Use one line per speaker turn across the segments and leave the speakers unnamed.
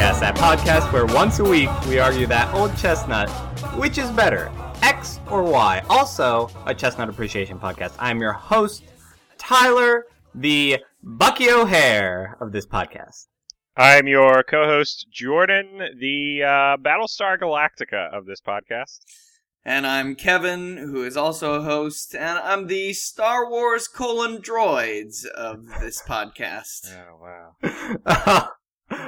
podcast where once a week we argue that old chestnut, which is better, X or Y. Also, a chestnut appreciation podcast. I'm your host, Tyler, the Bucky O'Hare of this podcast.
I'm your co-host Jordan, the uh, Battlestar Galactica of this podcast.
And I'm Kevin, who is also a host, and I'm the Star Wars colon droids of this podcast.
Oh wow!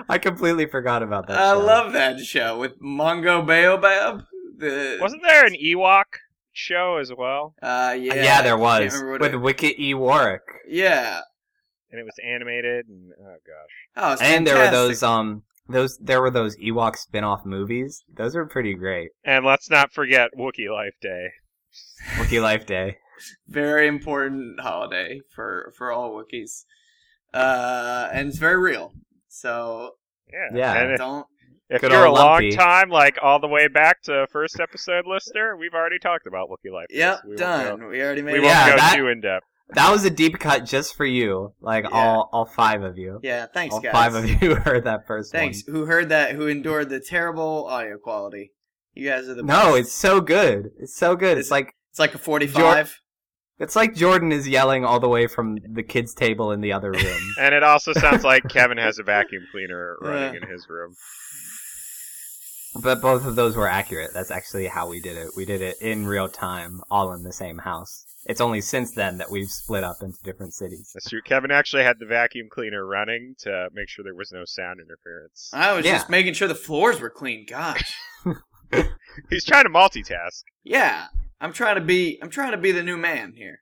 I completely forgot about that.
I
show.
love that show with Mongo Baobab. The,
Wasn't there an Ewok show as well?
Uh,
Yeah,
yeah,
yeah there
I can't
was
remember what
with
it-
Wicket E. Warwick,
yeah.
And it was animated. And oh gosh,
Oh, it's
and there were
fantastic.
those um those there were those Ewok spin-off movies. Those were pretty great.
and let's not forget Wookiee Life Day.
Wookiee Life Day.
very important holiday for for all Wookiees, uh, and it's very real. So
Yeah,
Yeah.
And if,
don't
if
Good
you're a
old
long
Lumpy.
time, like all the way back to first episode listener, we've already talked about Wookiee Life. Day, so
Yep,
we won't
done.
go-
we already made
we
it.
won't
Yeah,
go
that-
too in depth.
That was a deep cut just for you. Like
Yeah.
all all five of you.
Yeah, thanks
all
guys.
five of you heard that first one.
Thanks. Who heard that? Who endured the terrible audio quality? You guys are the
No,
best.
it's so good. It's so good. It's
Is-
like
it's like a forty-five.
it's like Jordan is yelling all the way from the kids' table in the other room.
And it also sounds like Kevin has a vacuum cleaner running
Yeah.
in his room.
but both of those were accurate. That's actually how we did it. We did it in real time, all in the same house. It's only since then that we've split up into different cities.
That's true. Kevin actually had the vacuum cleaner running to make sure there was no sound interference.
I was
Yeah.
just making sure the floors were clean. Gosh.
He's trying to multitask.
yeah, I'm trying to be. I'm trying to be the new man here.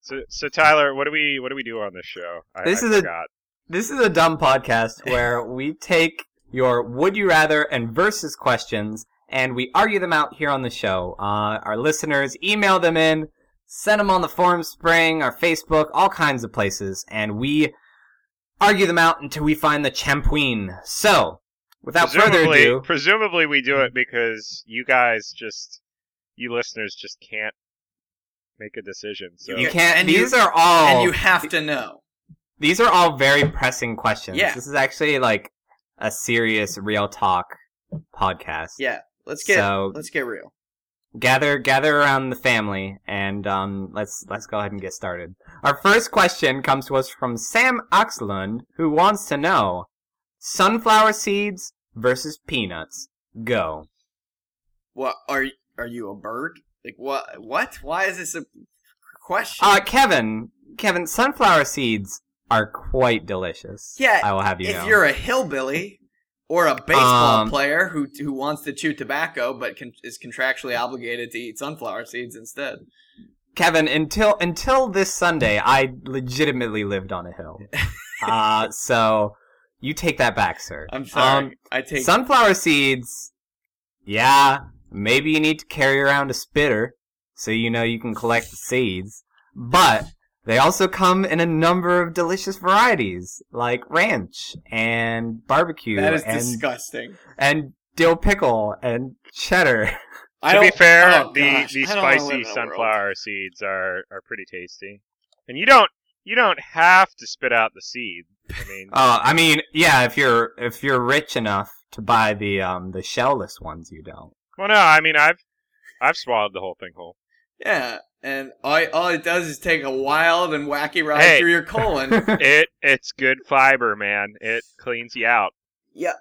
So, so Tyler, what do we what do we do on this show? I,
This
I
is a-
forgot.
This is a dumb podcast where we take your would you rather and versus questions and we argue them out here on the show. Uh, our listeners email them in, send them on the forum spring, our Facebook, all kinds of places, and we argue them out until we find the champuin. So, without further
presumably,
ado,
presumably we do it because you guys just you listeners just can't make a decision. So
you
You-
can't.
and you-
these are all
and you have to know.
these are all very pressing questions.
Yeah.
This is actually like a serious real talk podcast.
Yeah. Let's get.
So-
let's get real.
gather gather around the family and um, let's let's go ahead and get started. Our first question comes to us from Sam Oxlund, who wants to know sunflower seeds versus peanuts. Go.
What are y- are you a bird? Like what? What? Why is this a question?
Uh, Kevin, Kevin, sunflower seeds are quite delicious.
Yeah,
I will have you
if
know.
you're a hillbilly or a baseball
Um,
player who who wants to chew tobacco but con- is contractually obligated to eat sunflower seeds instead.
Kevin, until until this Sunday, I legitimately lived on a hill. uh, so you take that back, sir.
I'm sorry.
Um,
I take
Sunflower seeds. Yeah, maybe you need to carry around a spitter so you know you can collect the seeds. But they also come in a number of delicious varieties, like ranch and barbecue
that is
and
disgusting.
and dill pickle and cheddar.
I
to be
don't-
fair,
oh,
the
gosh,
the
I don't wanna live
spicy
in that world.
sunflower seeds are are pretty tasty, and you don't you don't have to spit out the seed. I mean,
Uh, I mean, yeah, if you're if you're rich enough to buy the um the shellless ones, you don't.
well, no, I mean I've I've swallowed the whole thing whole.
Yeah, and all, all it does is take a wild and wacky ride
Hey.
through your colon.
It it's good fiber, man. It cleans you out.
yeah.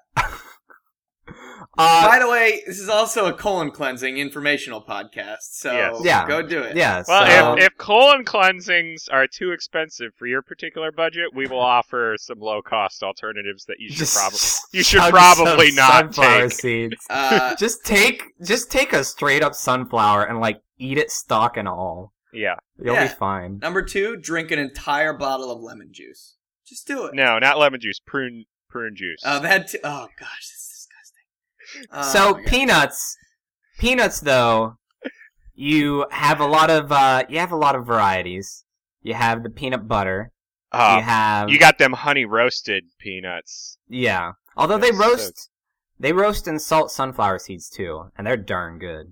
Uh,
By the way, this is also a colon cleansing informational podcast, so
Yes.
Yeah.
go do it.
yeah.
Well,
so-
if, if colon cleansings are too expensive for your particular budget, we will offer some low cost alternatives that you should
Just
probably you should
chug
probably
some
not
sunflower
take.
seeds.
Uh,
Just take just take a straight up sunflower and like eat it stalk and all.
Yeah,
You'll
Yeah. Oh,
be fine.
number two, drink an entire bottle of lemon juice. Just do it.
no, not lemon juice, prune prune juice.
Uh, that t- oh gosh, this is disgusting. Oh,
so
my God.
peanuts, peanuts though, you have a lot of uh, you have a lot of varieties. You have the peanut butter.
Uh,
you have
you got them honey roasted peanuts.
yeah. Although they
Yes, so-
roast, they roast and salt sunflower seeds too, and they're darn good.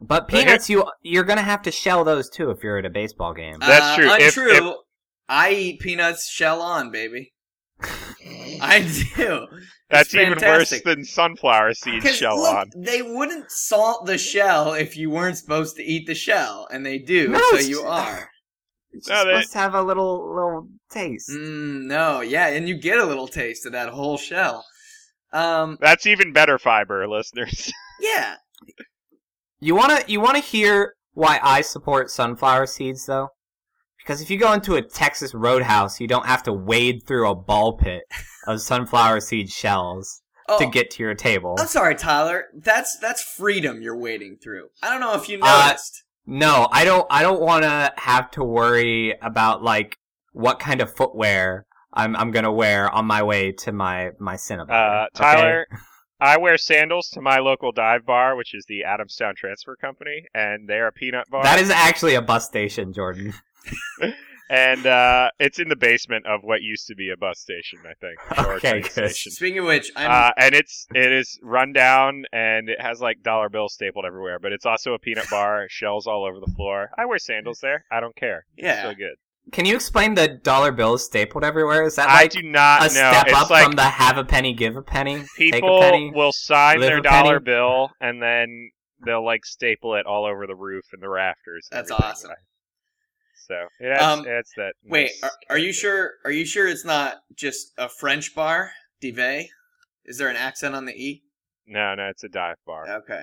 But
But here-
peanuts, you you're gonna have to shell those too if you're at a baseball game.
that's
Uh,
true. If-
Untrue. I eat peanuts shell on, baby. I do.
That's
It's
even worse
fantastic.
than sunflower seed
'Cause,
shell
look,
on.
They wouldn't salt the shell if you weren't supposed to eat the shell, and they do,
No,
so
it's-
you are.
It's
No,
just
they-
supposed to have a little little taste.
Mm, no, yeah, and you get a little taste of that whole shell. Um,
That's even better fiber, listeners.
yeah,
You wanna you wanna hear why I support sunflower seeds though? Because if you go into a Texas roadhouse, you don't have to wade through a ball pit of sunflower seed shells
oh,
to get to your table.
I'm sorry, Tyler. That's that's freedom you're wading through. I don't know if you
Uh,
noticed.
No, I don't I don't wanna have to worry about like what kind of footwear I'm I'm gonna wear on my way to my my cinema.
Uh, Tyler, I wear sandals to my local dive bar, which is the Adamstown Transfer Company, and they're a peanut bar.
That is actually a bus station, Jordan.
and uh, it's in the basement of what used to be a bus station, I think, or a
Okay,
train
good.
station.
Speaking of which, I'm
Uh, and it's it is run down and it has like dollar bills stapled everywhere, but it's also a peanut bar, shells all over the floor. I wear sandals there. I don't care.
yeah.
So good.
Can you explain the dollar bills stapled everywhere? Is that
I
like
do not
a
know.
step
it's
up
like
from the have a penny, give a penny, take a
people
penny.
will sign
live
their
a penny.
dollar bill and then they'll like staple it all over the roof and the rafters. and
That's
everything.
awesome.
So it adds,
Um,
adds that.
Wait,
nice
are, are you
character.
sure? Are you sure it's not just a French bar, Dive? Is there an accent on the e?
No, no, it's a dive bar.
Okay.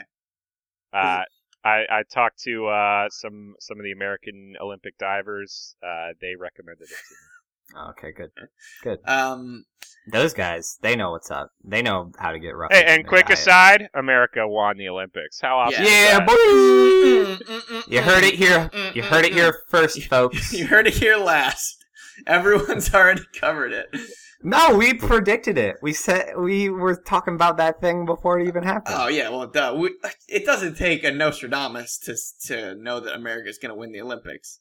Uh, I, I talked to uh, some some of the American Olympic divers. Uh, they recommended it. To
Okay, good.
Um,
Those guys, they know what's up. They know how to get rough.
me. Hey, and quick aside, America won the Olympics. How
Yeah,
awesome! is that?
boy.
mm, mm, mm,
You heard it
mm,
here.
mm,
You
mm,
heard it
mm.
here first, folks.
You heard it here last. Everyone's already covered it.
No, we predicted it. We said we were talking about that thing before it even happened.
Oh yeah, well, duh. We, it doesn't take a Nostradamus to to know that America's going to win the Olympics.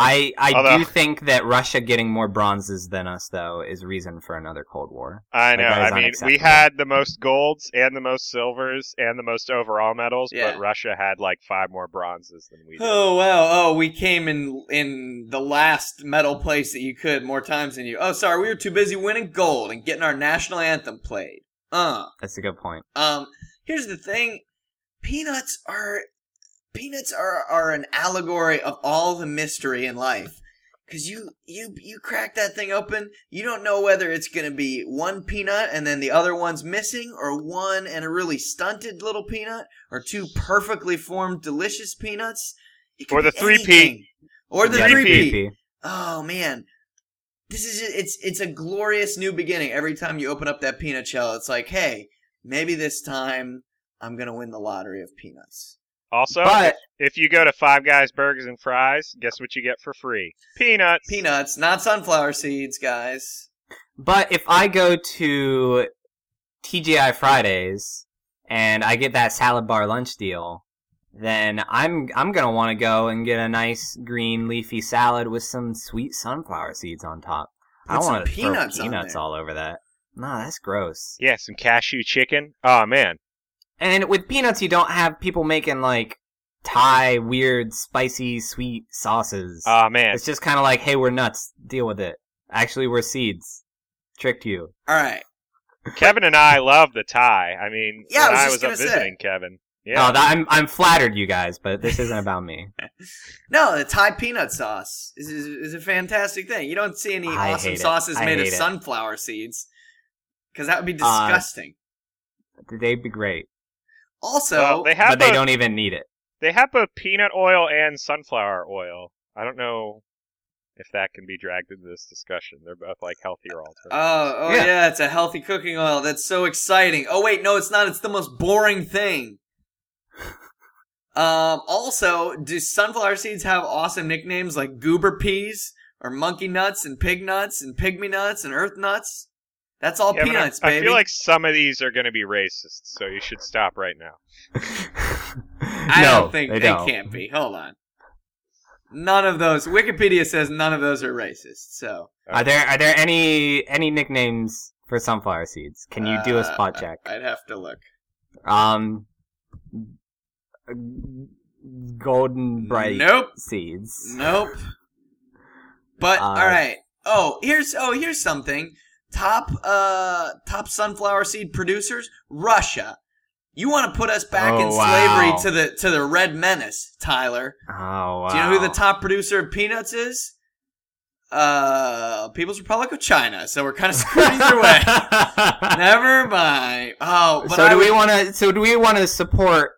I I
Although-
do think that Russia getting more bronzes than us though is reason for another Cold War.
I
Like,
know.
that is
I mean, we
unacceptable.
had the most golds and the most silvers and the most overall medals,
Yeah.
but Russia had like five more bronzes than we did.
Oh wow! Oh, we came in in the last medal place that you could more times than you. Oh, sorry, we were too busy winning gold and getting our national anthem played. Uh,
That's a good point.
um. Here's the thing: peanuts are peanuts are are an allegory of all the mystery in life. Cause you you you crack that thing open, you don't know whether it's gonna be one peanut and then the other one's missing, or one and a really stunted little peanut, or two perfectly formed delicious peanuts. It could
Or the
be
three-peat.
anything. Or the
Yeah,
three
three-peat.
P. Oh man, this is it's it's a glorious new beginning. Every time you open up that peanut shell, it's like, hey, maybe this time I'm gonna win the lottery of peanuts.
Also,
But
if you go to Five Guys Burgers and Fries, guess what you get for free? Peanuts.
Peanuts, not sunflower seeds, guys.
But if I go to TGI Fridays and I get that salad bar lunch deal, then I'm I'm gonna want to go and get a nice green leafy salad with some sweet sunflower seeds on top. I
Put
don't
some
want to
peanuts
throw
on
peanuts
there.
all over that. No, that's gross.
Yeah, some cashew chicken. Oh man,
And with peanuts, you don't have people making like Thai weird spicy sweet sauces.
oh man.
it's just kind of like, hey, we're nuts. Deal with it. Actually, we're seeds. Tricked you.
All right,
Kevin and I love the tie. I mean,
Yeah, I
when
was
I
just
was, up
gonna say.
visiting Kevin.
No,
Yeah,
Oh, that, I'm I'm flattered, you guys, but this isn't about me.
no, the Thai peanut sauce is is, is a fantastic thing. You don't see any
I
awesome
hate it.
sauces
I
made of
hate it.
sunflower seeds because that would be
Uh,
disgusting.
They'd be great,
also,
well, they have
but they
both,
don't even need it.
they have both peanut oil and sunflower oil. I don't know if that can be dragged into this discussion. They're both like healthier alternatives.
Uh,
Oh, oh yeah.
Yeah.
it's a healthy cooking oil. That's so exciting. Oh wait, no, it's not. It's the most boring thing. Um, also, do sunflower seeds have awesome nicknames like goober peas or monkey nuts and pig nuts and pygmy nuts and earth nuts? That's all
Yeah, but I-
peanuts,
I,
baby.
feel like some of these are going to be racist, so you should stop right now.
I
no,
don't think
they,
they,
don't.
can't be. Hold on. None of those. Wikipedia says none of those are racist. So
Are there are there any any nicknames for sunflower seeds? Can you do a
Uh,
spot check?
I'd have to look.
Um, golden bright
Nope.
seeds.
Nope. But
Uh,
all right. Oh, here's oh here's something. top uh top sunflower seed producers russia you want to put us back
Oh,
in
wow.
slavery to the to the red menace tyler
Oh wow.
do you know who the top producer of peanuts is uh people's republic of china so we're kind of screwed either way never mind oh but
so
I
do we
would-
want to? So do we want to support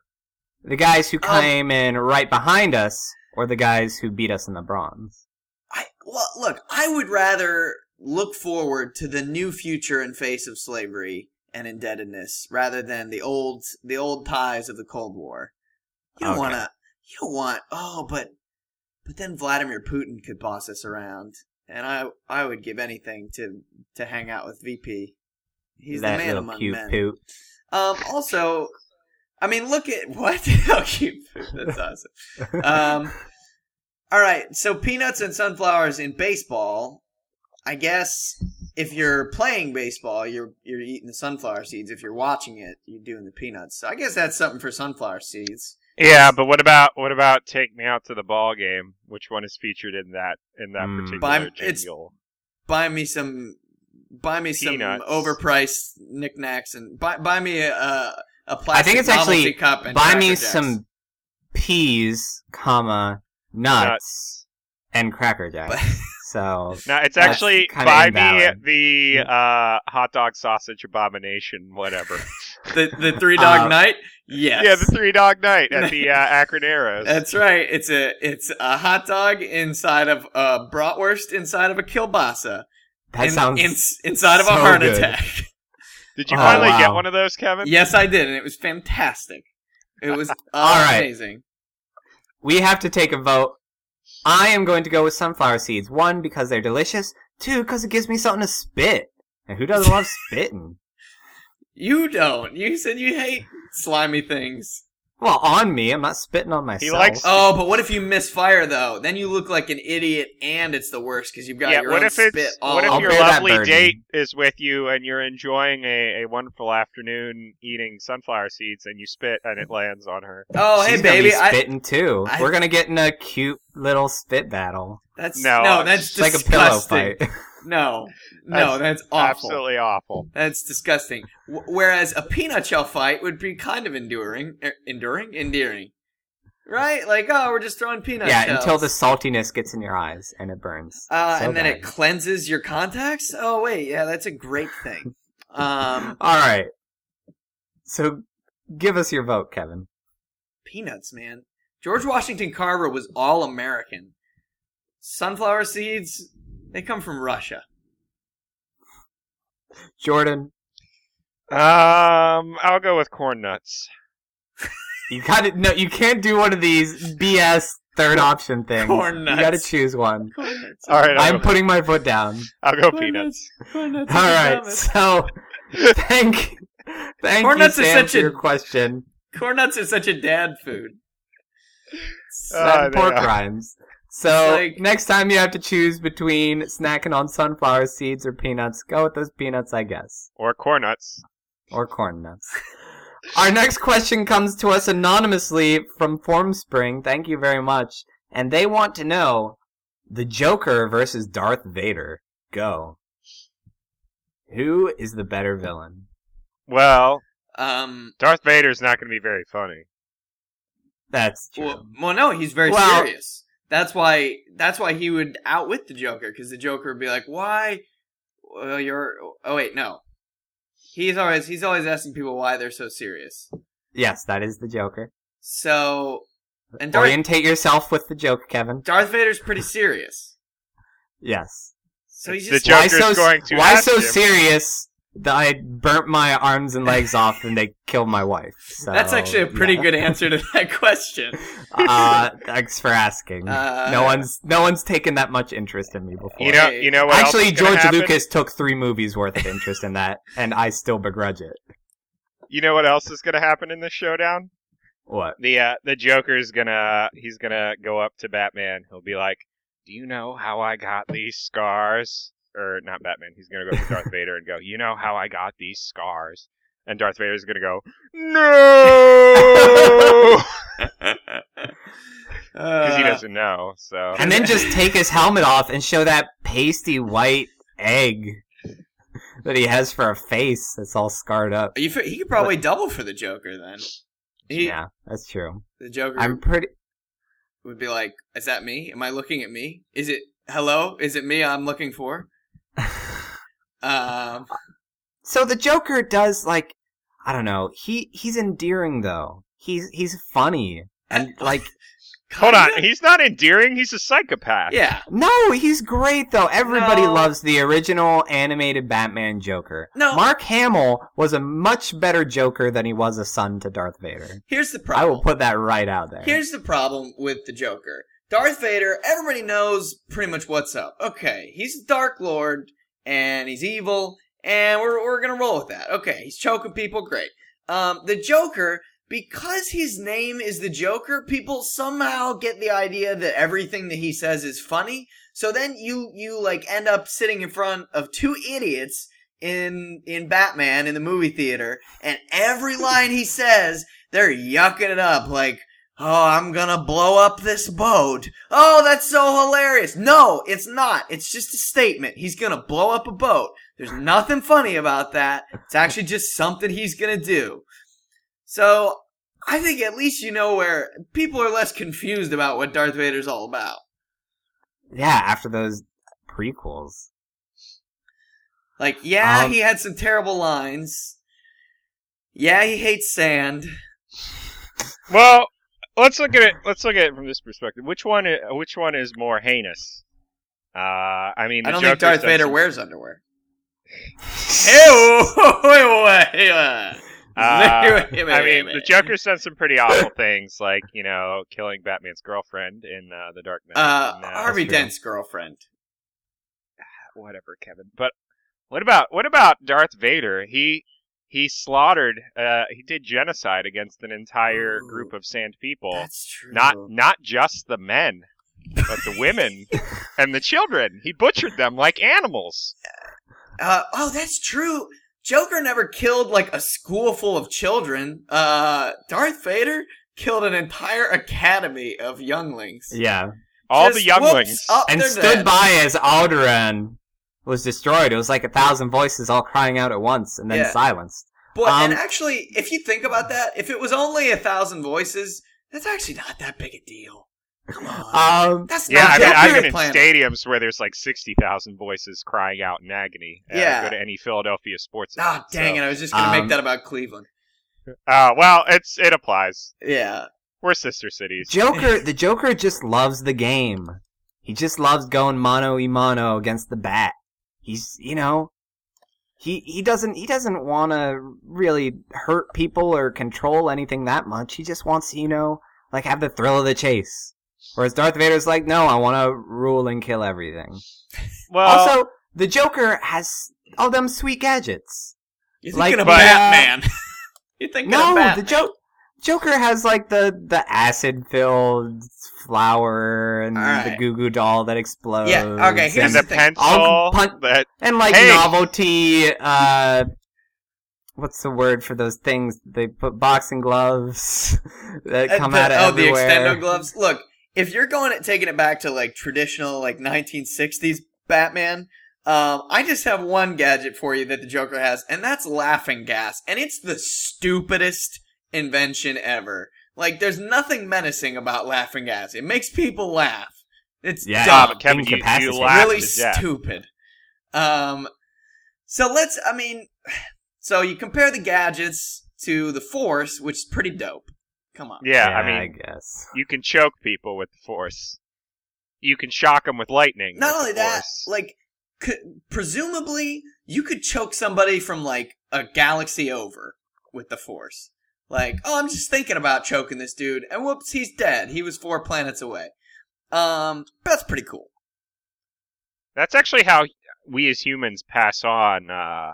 the guys who
Um,
came in right behind us, or the guys who beat us in the bronze?
I well, look, I would rather look forward to the new future and face of slavery and indebtedness rather than the old the old ties of the Cold War. You don't
Okay.
want to. You don't want. Oh, but but then Vladimir Putin could boss us around, and I I would give anything to to hang out with VP. He's
that
the man
little
among
cute
men.
poop.
Um, also, I mean, look at what? How cute. That's awesome. Um, all right. So peanuts and sunflowers in baseball. I guess if you're playing baseball, you're you're eating the sunflower seeds. If you're watching it, you're doing the peanuts. So I guess that's something for sunflower seeds.
Yeah, but what about what about take me out to the ball game? Which one is featured in that in that
Hmm.
particular
But I'm- it's-
jingle?
Buy me some. Buy me some
Peanuts.
overpriced knickknacks and buy buy me a a- a plastic
I think it's
novelty
actually
cup and
buy
Cracker
me
Jacks.
some peas, comma nuts, and cracker jacks.
But-
so
No, it's
That's
actually
kinda
buy
invalid.
me the uh, hot dog sausage abomination, whatever.
the the three dog
Uh,
night. Yes.
Yeah, the three dog night at the uh, Akron Arrows.
That's right. It's a it's a hot dog inside of a bratwurst inside of a kielbasa.
that
In-
sounds
in- inside of a
so
heart
good.
attack.
Did you
Oh,
finally get
wow.
one of those, Kevin?
yes, I did, and it was fantastic. It was
right.
amazing.
we have to take a vote. I am going to go with sunflower seeds. One, because they're delicious. Two, because it gives me something to spit. And who doesn't love spitting?
You don't. You said you hate slimy things.
Well, on me. I'm not spitting on myself.
likes-
Oh, but what if you misfire though? Then you look like an idiot, and it's the worst because you've got
yeah.
your
What
own
if it's
spit all
what if
I'll
over.
your
bear that
lovely
burden.
date is with you and you're enjoying a, a wonderful afternoon eating sunflower seeds and you spit and it lands on her?
Oh,
She's gonna
hey baby,
be
I,
spitting too.
I-
We're gonna get in a cute little spit battle.
that's no,
No, it's
that's
It's like a pillow
disgusting.
fight.
No, no, that's, awful.
Absolutely awful.
That's disgusting. W- whereas a peanut shell fight would be kind of enduring, er, enduring, endearing, right? Like, oh, we're just throwing peanut
yeah,
shells.
until the saltiness gets in your eyes and it burns.
uh,
So
and then
bad.
it cleanses your contacts. Oh wait, yeah, that's a great thing. Um,
All right. So, give us your vote, Kevin.
peanuts, man. George Washington Carver was all American. Sunflower seeds, they come from Russia.
Jordan,
Um, I'll go with corn nuts.
you got to no. You can't do one of these BS third option things.
Corn
You got to
nuts.
choose one.
All right, I'll
I'm
go,
putting my foot down.
I'll go
Corn
peanuts.
Corn nuts.
All right. So, thank, thank
Corn
you,
nuts is
Sam,
such
for
a-
your question.
Corn nuts are such a dad food. Oh,
Ah,
Sad
they
pork
are.
rinds. So
Like-
next time you have to choose between snacking on sunflower seeds or peanuts, go with those peanuts, I guess,
Or corn nuts.
or corn nuts. Our next question comes to us anonymously from Formspring. Thank you very much. And they want to know the Joker versus Darth Vader. Go. Who is the better villain?
Well,
Um,
Darth Vader's not going to be very funny.
That's true.
Well, well, no, he's very
Well-
serious. That's why. That's why he would outwit the Joker because the Joker would be like, "Why? Well, you're. Oh wait, no. He's always he's always asking people why they're so serious.
yes, that is the Joker.
So, and Darth
Orientate yourself with the joke, Kevin.
Darth Vader's pretty serious.
Yes.
So he's
The
just
Joker's
why so,
going to
why
ask
so
him.
serious that I burnt my arms and legs off and they killed my wife? So,
that's actually a pretty
Oh, yeah.
good answer to that question.
Uh, thanks for asking.
Uh,
no one's no one's taken that much interest in me before.
You know,
Hey,
you know what? else
actually,
is gonna
George
happen?
Lucas took three movies worth of interest in that, and I still begrudge it.
You know what else is going to happen in this showdown?
What?
The uh, the Joker's gonna he's gonna go up to Batman. He'll be like, "Do you know how I got these scars?" Or not Batman. He's gonna go up to Darth Vader and go, "You know how I got these scars?" And Darth Vader's gonna go, "No," because he
Uh,
doesn't know. So
And then just take his helmet off and show that pasty white egg. that he has for a face that's all scarred up.
You fi- he could probably double for the Joker then. He,
yeah, that's true.
The Joker
I'm pretty.
would be like, "Is that me? Am I looking at me? Is it hello? Is it me I'm looking for?" Um,
So the Joker does like I don't know. He he's endearing though. He's he's funny and like
Hold on,
kinda?
he's not endearing. He's a psychopath.
yeah,
no, he's great though. Everybody
No.
loves the original animated Batman Joker.
No.
Mark Hamill was a much better Joker than he was a son to Darth Vader.
here's the
I
problem.
will put that right out there.
Here's the problem with the Joker. Darth Vader, everybody knows pretty much what's up. Okay, he's a Dark Lord and he's evil, and we're we're gonna roll with that. Okay, he's choking people, great. Um, the Joker, because his name is the Joker, people somehow get the idea that everything that he says is funny. So then you you like end up sitting in front of two idiots in in Batman in the movie theater, and every line he says, they're yucking it up like. Oh, I'm gonna blow up this boat. Oh, that's so hilarious. No, it's not. It's just a statement. He's gonna blow up a boat. There's nothing funny about that. It's actually just something he's gonna do. So, I think at least you know where people are less confused about what Darth Vader's all about.
yeah, after those prequels.
Like, yeah,
Um,
he had some terrible lines. Yeah, he hates sand.
Well, let's look at it. Let's look at it from this perspective. Which one? i- Which one is more heinous? Uh, I mean, the
I don't
Joker's
think Darth
done
Vader
some-
wears underwear. Ew!
Uh,
Wait, wait,
I
wait,
mean,
wait.
the Joker's done some pretty awful things, like you know, killing Batman's girlfriend in uh, the Dark Knight.
Uh,
and,
Harvey
that's true.
Dent's girlfriend.
whatever, Kevin. But what about what about Darth Vader? He he slaughtered. Uh, he did genocide against an entire
Ooh.
group of sand people.
That's true.
Not not just the men, but the women and the children. He butchered them like animals.
Uh, oh, that's true. Joker never killed like a school full of children. Uh, Darth Vader killed an entire academy of younglings.
Yeah.
All
Just,
the younglings.
whoops, oh, up
and
they're
stood
dead.
by as Alderaan was destroyed. It was like a thousand voices all crying out at once and then
Yeah.
silenced.
But and
um,
actually, if you think about that, if it was only a thousand voices, that's actually not that big a deal. Come on,
Um,
that's
yeah,
not
I mean,
that
I've
big
been
a
in
planet.
stadiums where there's like sixty thousand voices crying out in agony. Uh,
Yeah.
go to any Philadelphia sports.
Ah, dang it! I was just gonna
Um,
make that about Cleveland.
Uh, well, it's it applies.
Yeah,
We're sister cities.
Joker, the Joker just loves the game. He just loves going mano y mano against the bat. He's, you know, he he doesn't he doesn't want to really hurt people or control anything that much. He just wants, to, you know, like have the thrill of the chase. Whereas Darth Vader's like, no, I want to rule and kill everything.
well,
also, the Joker has all them sweet gadgets.
you're
Like, uh,
thinking of
but-
Batman. you're thinking
No,
of
the
Batman.
joke. Joker has like the the acid filled flower and
All right.
the Goo Goo doll that explodes.
Yeah, okay, here's
and
and,
the
the thing.
pencil
I'll punt-
that
and, like
Hey.
novelty. Uh, what's the word for those things? They put boxing gloves that
Uh,
come
the-
out of
oh,
everywhere.
the extendo gloves. Look, if you're going at taking it back to like traditional like 1960s Batman, um, I just have one gadget for you that the Joker has, and that's laughing gas, and it's the stupidest invention ever. Like, there's nothing menacing about laughing gas. It makes people laugh. It's
Yeah,
dumb.
Stop it, uh, Kevin. You, you
incapacitated.
laugh
really
to death.
stupid. Um, so let's. I mean, so you compare the gadgets to the Force, which is pretty dope. Come on.
Yeah, I
I
mean,
guess.
you can choke people with the force. You can shock them with lightning.
Not
with
only
the
that,
force.
like could, presumably you could choke somebody from like a galaxy over with the Force. Like, oh, I'm just thinking about choking this dude, and whoops, he's dead. He was four planets away. Um, that's pretty cool.
that's actually how we as humans pass on. Uh,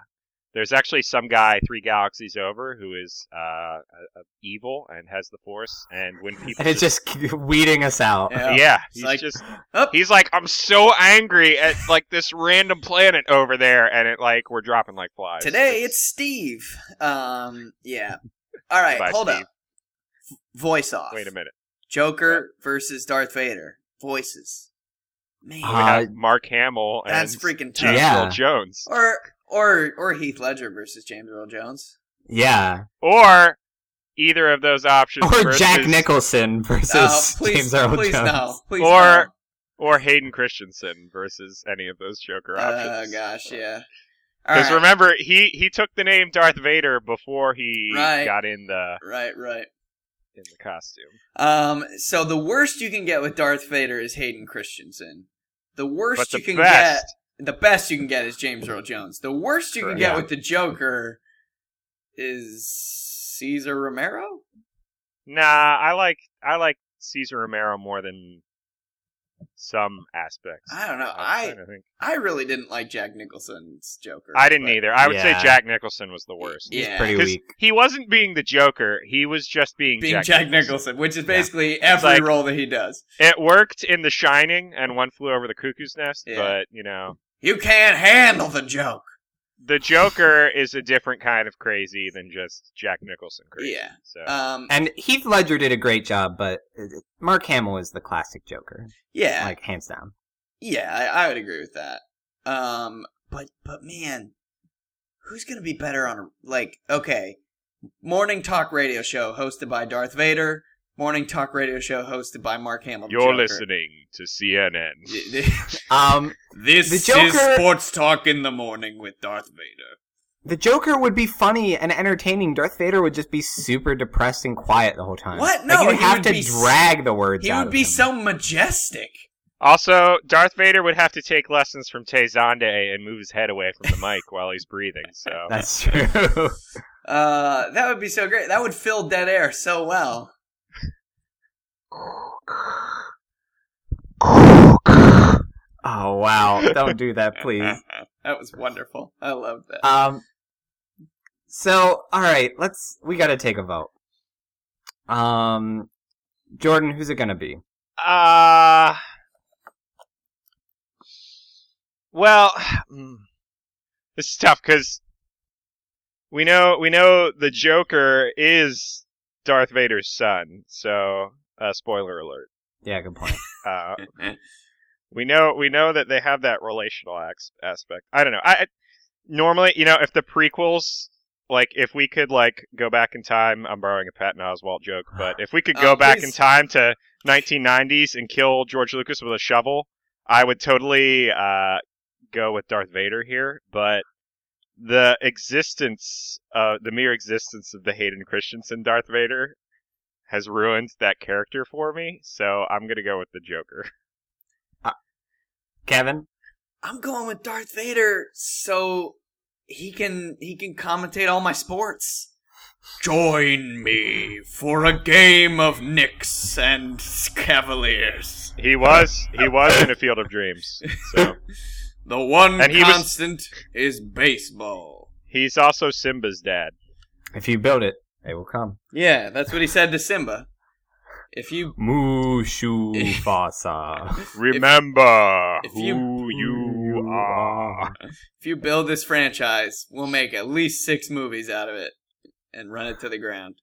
there's actually some guy three galaxies over who is uh, a- a- evil and has the force, and when people
And it's just weeding us out.
Yeah.
yeah,
It's
he's
like-
just
Oh.
he's like I'm so angry at like this random planet over there, and it like we're dropping like flies
Today it's Steve. Um, yeah. All right,
Goodbye,
hold
Steve.
up. V- Voice off.
Wait a minute.
Joker versus Darth Vader. Voices. Man,
Uh,
We have Mark Hamill and
that's freaking tough.
James
Yeah.
Earl Jones.
Or or or Heath Ledger versus James Earl Jones.
Yeah.
or either of those options,
Or
versus-
Jack Nicholson versus
Oh, please,
James Earl
please
Jones.
no, please
Or-
no.
or Hayden Christensen versus any of those Joker
Oh
options.
gosh, yeah. All
Because
right,
remember, he he took the name Darth Vader before he
Right.
got in the
right, right.
in the costume.
Um, so the worst you can get with Darth Vader is Hayden Christensen. The worst
but the
you can
best,
get, the best you can get is James Earl Jones. The worst you can
Correct.
get
Yeah.
with the Joker is Caesar Romero.
nah, I like I like Caesar Romero more than some aspects.
I don't know.
I'm
I
trying to think.
I really didn't like Jack Nicholson's Joker.
I didn't
but-
either. I would
Yeah.
say Jack Nicholson was the worst.
He's
Yeah.
pretty
'Cause
weak.
he wasn't being the Joker; he was just being,
Being Jack, Nicholson. which is
Yeah.
basically every
like-
role that he does.
It worked in The Shining and One Flew Over the Cuckoo's Nest,
Yeah.
but you know,
You can't handle the joke.
the Joker is a different kind of crazy than just Jack Nicholson crazy.
Yeah.
So
Um,
And Heath Ledger did a great job, but uh, Mark Hamill is the classic Joker,
yeah,
like hands down.
yeah, I, I would agree with that. Um, but but man, who's gonna be better on a, like okay, morning talk radio show hosted by Darth Vader, morning talk radio show hosted by Mark Hamill. the
you're
Joker.
listening to CNN.
Um,
This
The Joker-
sports talk in the morning with Darth Vader.
the Joker would be funny and entertaining. Darth Vader would just be super depressed and quiet the whole time.
What?
Like,
No,
you'd
he
have
would
to
be s-
drag the words.
He
out
would
of
be
him.
so majestic.
Also, Darth Vader would have to take lessons from Tay Zonde and move his head away from the mic while he's breathing. So
That's true.
Uh, that would be so great. That would fill dead air so well.
oh wow! Don't do that, please.
that was wonderful. I love that.
Um. So, all right, let's. We got to take a vote. Um, Jordan, who's it gonna be?
Uh, well, mm, this is tough because we know we know the Joker is Darth Vader's son. So, uh, spoiler alert.
Yeah, good point.
Uh, we know we know that they have that relational ex- aspect. I don't know. I, I normally, you know, if the prequels. Like if we could like go back in time, I'm borrowing a Patton Oswalt joke, but if we could go
Oh,
back in
please.
time to 1990s and kill George Lucas with a shovel, I would totally uh, go with Darth Vader here. But the existence, uh, the mere existence of the Hayden Christensen Darth Vader, has ruined that character for me. So I'm gonna go with the Joker.
Kevin.
I'm going with Darth Vader so he can he can commentate all my sports. Join me for a game of Knicks and Cavaliers.
He was he was in a field of dreams. So
The one
And he was-
constant is baseball.
he's also Simba's dad.
If you build it, they will come.
Yeah, that's what he said to Simba. If you
Mushu Fasa.
Remember
if you-
who you are.
if you build this franchise, we'll make at least six movies out of it and run it to the ground.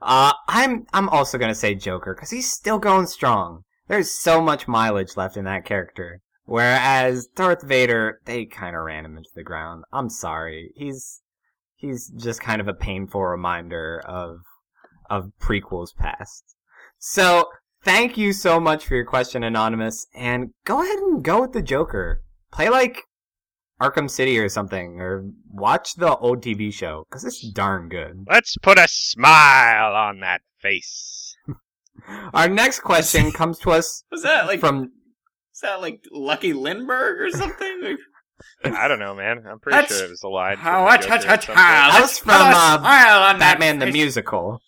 Uh, I'm I'm also gonna say Joker because he's still going strong. There's so much mileage left in that character. Whereas Darth Vader, they kind of ran him into the ground. I'm sorry. He's he's just kind of a painful reminder of of prequels past. So thank you so much for your question, Anonymous, and go ahead and go with the Joker. Play like Arkham City or something, or watch the old TV show because it's darn good.
Let's put a smile on that face.
Our next question comes to us
Was that like
from
was that like Lucky Lindbergh or something?
I don't know, man. I'm pretty
That's
sure it was a line.
how
from
Oh,
the
I touch Ah,
Joker at some
a
point.
child.
That was from, uh,
smile on that
Batman the
face.
Musical.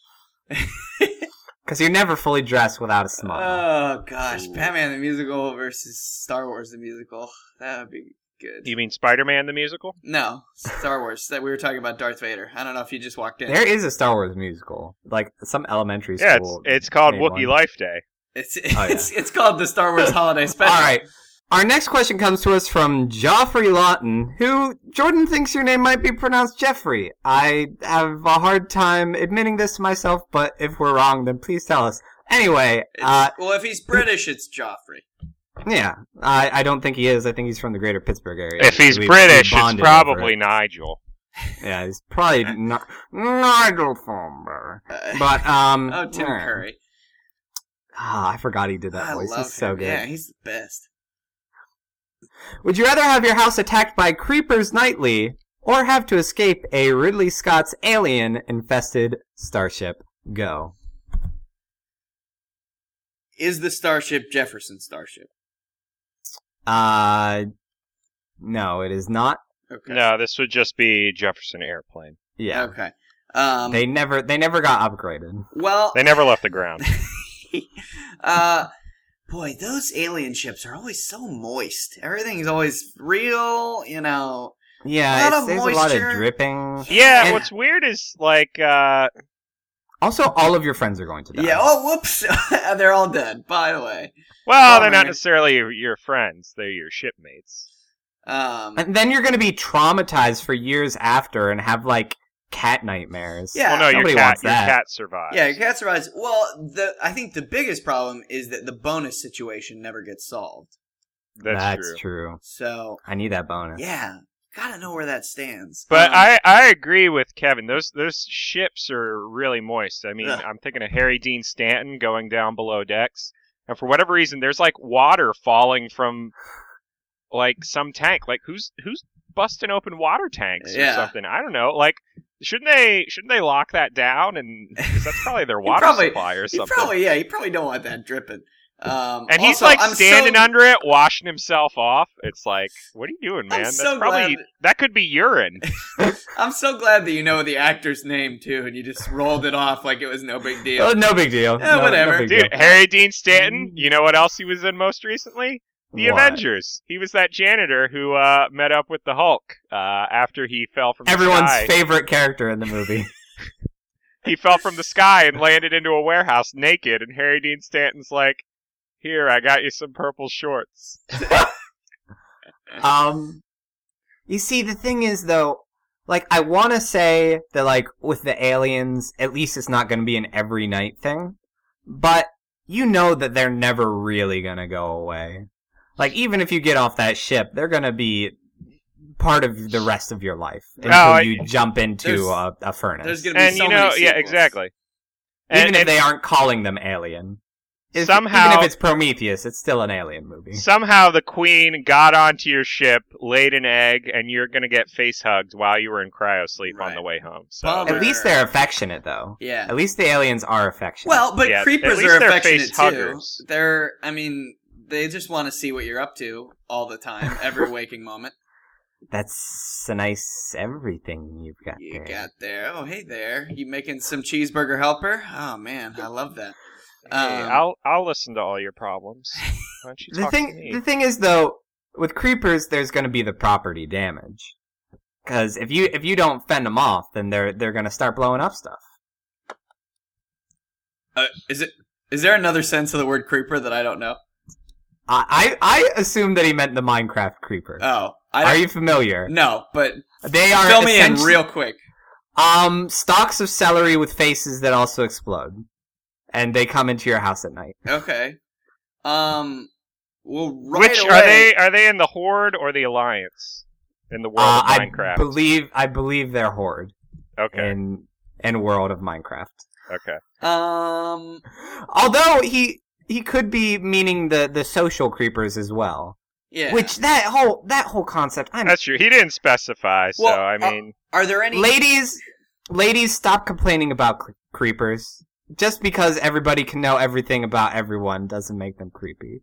Because you're never fully dressed without a smile.
Uh,
Oh gosh,
Ooh.
Batman the musical versus Star Wars the musical. That would be good.
You mean Spider-Man the musical?
no, Star Wars. That we were talking about Darth Vader. I don't know if you just walked in.
there is a Star Wars musical, like some elementary
Yeah, it's,
school.
it's called
made
Wookiee
one.
Life Day.
It's
Oh, yeah.
it's it's called the Star Wars Holiday Special.
All right. Our next question comes to us from Joffrey Lawton, who Jordan thinks your name might be pronounced Jeffrey. I have a hard time admitting this to myself, but if we're wrong, then please tell us. Anyway,
It's-
uh,
well, if he's British, it's Joffrey.
Yeah, I, I don't think he is. I think he's from the greater Pittsburgh area.
If he's
We- we
British, it's
bonded over
probably
it.
Nigel.
Yeah, he's probably not Nigel Thornberry.
Uh,
But um,
oh, Tim
yeah.
Curry.
Ah, I forgot he did that
I
voice.
love
He's so
him.
good.
Yeah, he's the best.
Would you rather have your house attacked by creepers nightly, or have to escape a Ridley Scott's alien infested starship? Go.
Is the starship Jefferson Starship?
Uh, no, it is not.
Okay.
No, this would just be Jefferson Airplane.
Yeah,
Okay. Um,
they never they never got upgraded.
well,
They never left the ground.
uh, boy, those alien ships are always so moist. Everything's always real, you know.
Yeah,
A lot
it's,
of
there's a lot of
moisture.
dripping.
Yeah,
And-
what's weird is like uh
Also, all of your friends are going to die.
Yeah. Oh, whoops! They're all dead. By the way.
well,
Oh,
they're not
man.
necessarily your, your friends, they're your shipmates.
Um,
And then you're going to be traumatized for years after and have like cat nightmares.
Yeah.
well, no, your
Nobody
cat
wants
your
that.
cat survives.
yeah, cat survives. Well, the I think the biggest problem is that the bonus situation never gets solved.
that's, true.
So
I need that bonus.
yeah, gotta know where that stands.
But
Um,
I, I agree with Kevin. Those those ships are really moist. I mean,
Ugh.
I'm thinking of Harry Dean Stanton going down below decks, and for whatever reason, there's like water falling from like some tank. Like who's who's busting open water tanks or
Yeah.
something? I don't know. Like shouldn't they shouldn't they lock that down? And 'cause that's probably their water
probably-
supply or
you
something.
probably yeah, you probably don't want that dripping. Um,
and he's
also,
like
I'm so-
standing under it, washing himself off. It's like, what are you doing, man?
I'm
that's
so
probably
glad-
that could be urine.
I'm so glad that you know the actor's name too, and you just rolled it off like it was no big deal.
Oh, no big deal.
Yeah,
No-
whatever.
no big
Dude,
deal.
Harry Dean Stanton,
Mm-hmm.
you know what else he was in most recently? The
What?
Avengers. He was that janitor who uh, met up with the Hulk uh, after he fell from the
Everyone's
sky.
favorite character in the movie.
he fell from the sky and landed into a warehouse naked, and Harry Dean Stanton's like, here, I got you some purple shorts.
um, you see, the thing is though, like I want to say that like with the aliens, at least it's not going to be an every night thing, but you know that they're never really going to go away. Like even if you get off that ship, they're going to be part of the rest of your life until
I-
you jump
Oh, There's-
into a, a furnace.
There's gonna be
And
so
you know,
many
yeah,
sequels.
exactly.
even
And-
if
and
they aren't calling them alien. If,
Somehow-
even if it's Prometheus, it's still an alien movie.
somehow the queen got onto your ship, laid an egg, and you're going to get face hugged while you were in cryo sleep on
Right.
the way home. So
Bummer.
At least they're affectionate, though.
Yeah.
At least the aliens are affectionate.
Well, but
Yeah, at
creepers
least
are
they're
affectionate too.
facehuggers.
They're, I mean, they just want to see what you're up to all the time, every waking moment.
that's a nice everything you've got
You
there.
got there. Oh, hey there. You making some cheeseburger helper? Oh man, I love that.
Hey,
Um,
I'll I'll listen to all your problems. Why don't you
the
talk to
thing,
me?
the thing is, though, with creepers, there's going to be the property damage. Because if you if you don't fend them off, then they're they're going to start blowing up stuff.
Uh, is it? Is there another sense of the word creeper that I don't know?
I I, I assume that he meant the Minecraft creeper.
Oh,
are
I don't,
you familiar?
no. But
They are
fill me in
essentially-
real quick.
Um, stalks of celery with faces that also explode, and they come into your house at night.
Okay. Um. Well, right
Which
away.
are they? Are they in the Horde or the Alliance in the world
Uh,
of
I
Minecraft?
believe I believe they're horde
okay,
in in world of Minecraft.
okay.
Um.
Although he he could be meaning the the social creepers as well.
Yeah.
Which that whole that whole concept. I'm
That's true. He didn't specify, so
Well,
I
uh,
mean,
are there any?
ladies ladies stop complaining about cre- creepers. Just because everybody can know everything about everyone doesn't make them creepy.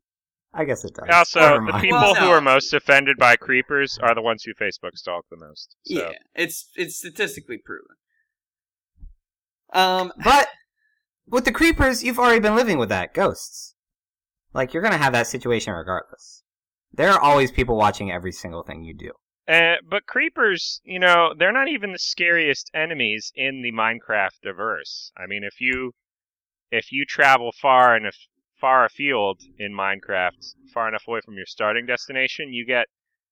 I guess it does. Never
also the
mind.
people
Well,
who
no.
are most offended by creepers are the ones who Facebook stalk the most. So.
Yeah, it's it's statistically proven. Um.
But with the creepers, you've already been living with that ghosts. Like you're gonna have that situation regardless. There are always people watching every single thing you do.
Uh, but creepers, you know, they're not even the scariest enemies in the Minecraft diverse. I mean, if you if you travel far and af- far afield in Minecraft, far enough away from your starting destination, you get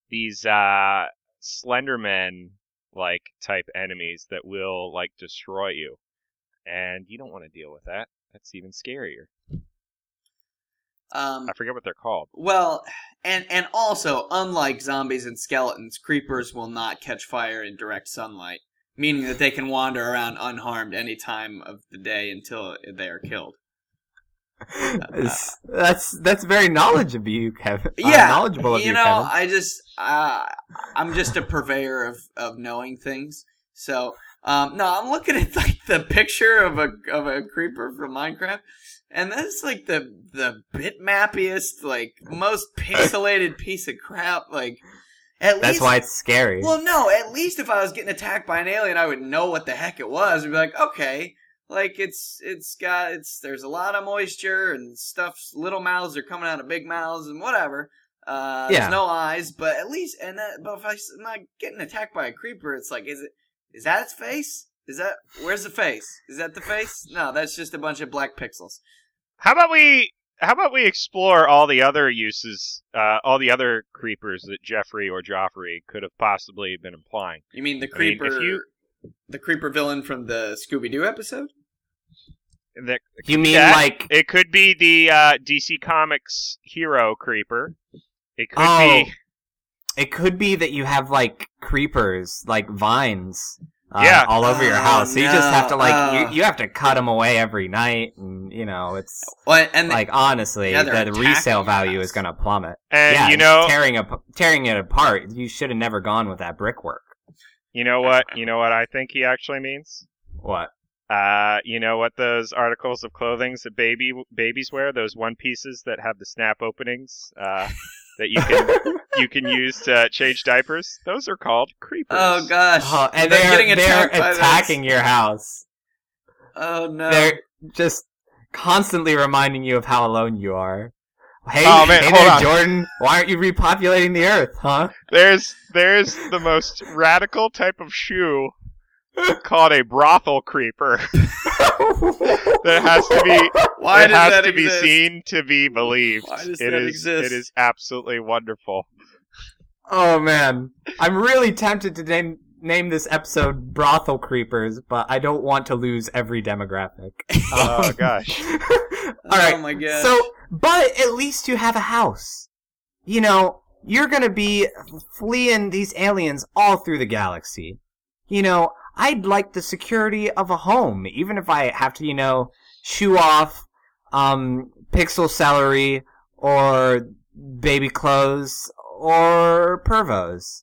these uh, Slenderman like type enemies that will like destroy you, and you don't want to deal with that. That's even scarier.
Um,
I forget what they're called.
well, and and also, unlike zombies and skeletons, creepers will not catch fire in direct sunlight, meaning that they can wander around unharmed any time of the day until they are killed. Uh,
It's- that's that's very knowledgeable of you, Kevin. uh,
Yeah,
knowledgeable of you,
you know,
Kevin.
I just uh, I'm just a purveyor of of knowing things. So um, no, I'm looking at like the picture of a of a creeper from Minecraft, and that's like the the bitmappiest, like most pixelated piece of crap. Like at
That's
least.
why it's scary.
well, no. At least if I was getting attacked by an alien, I would know what the heck it was. I'd be like, okay, like it's it's got it's there's a lot of moisture and stuff. Little mouths are coming out of big mouths and whatever. Uh,
Yeah.
There's no eyes, but at least and that, but if I'm not getting attacked by a creeper, it's like, is it is that its face? Is that where's the face? Is that the face? No, that's just a bunch of black pixels.
How about we? How about we explore all the other uses, uh, all the other creepers that Jeffrey or Joffrey could have possibly been implying?
You mean the
I mean, if
creeper?
you-
The creeper villain from the Scooby Doo episode?
That
you mean
Yeah.
like
it could be the uh, DC Comics hero creeper. It could
Oh.
be
it could be that you have like creepers, like vines, uh,
Yeah.
all over your
Oh,
house. So you just have to
no.
like
Oh.
you, you have to cut them away every night, and you know it's
Well, and
like honestly,
Yeah, they're
the
attacking
resale
your
value
house.
is gonna plummet.
and
yeah,
you
it's
know
tearing up, tearing it apart. You should have never gone with that brickwork.
you know what you know what I think he actually means.
What?
Uh, you know what those articles of clothing that baby babies wear, those one pieces that have the snap openings uh, that you can you can use to change diapers. Those are called creepers.
oh gosh,
Oh, and
They're
they're
getting
they're
attacked by those.
attacking your house.
oh no.
They're
Um,
just constantly reminding you of how alone you are. Hey,
Oh, man,
hey
hold
there,
on.
Jordan. Why aren't you repopulating the earth, huh?
There's there's the most radical type of shoe called a brothel creeper that has to be
Why
it
does
has
that
to
exist?
be seen to be believed.
Why does
It
that
is-
exist?
it is absolutely wonderful.
Oh man, I'm really tempted to name name this episode "Brothel Creepers," but I don't want to lose every demographic.
Oh
Um,
gosh.
All right.
Oh my god.
So, but at least you have a house. You know, you're gonna be fleeing these aliens all through the galaxy. You know, I'd like the security of a home, even if I have to, you know, shoo off, um, pixel celery or baby clothes or pervos.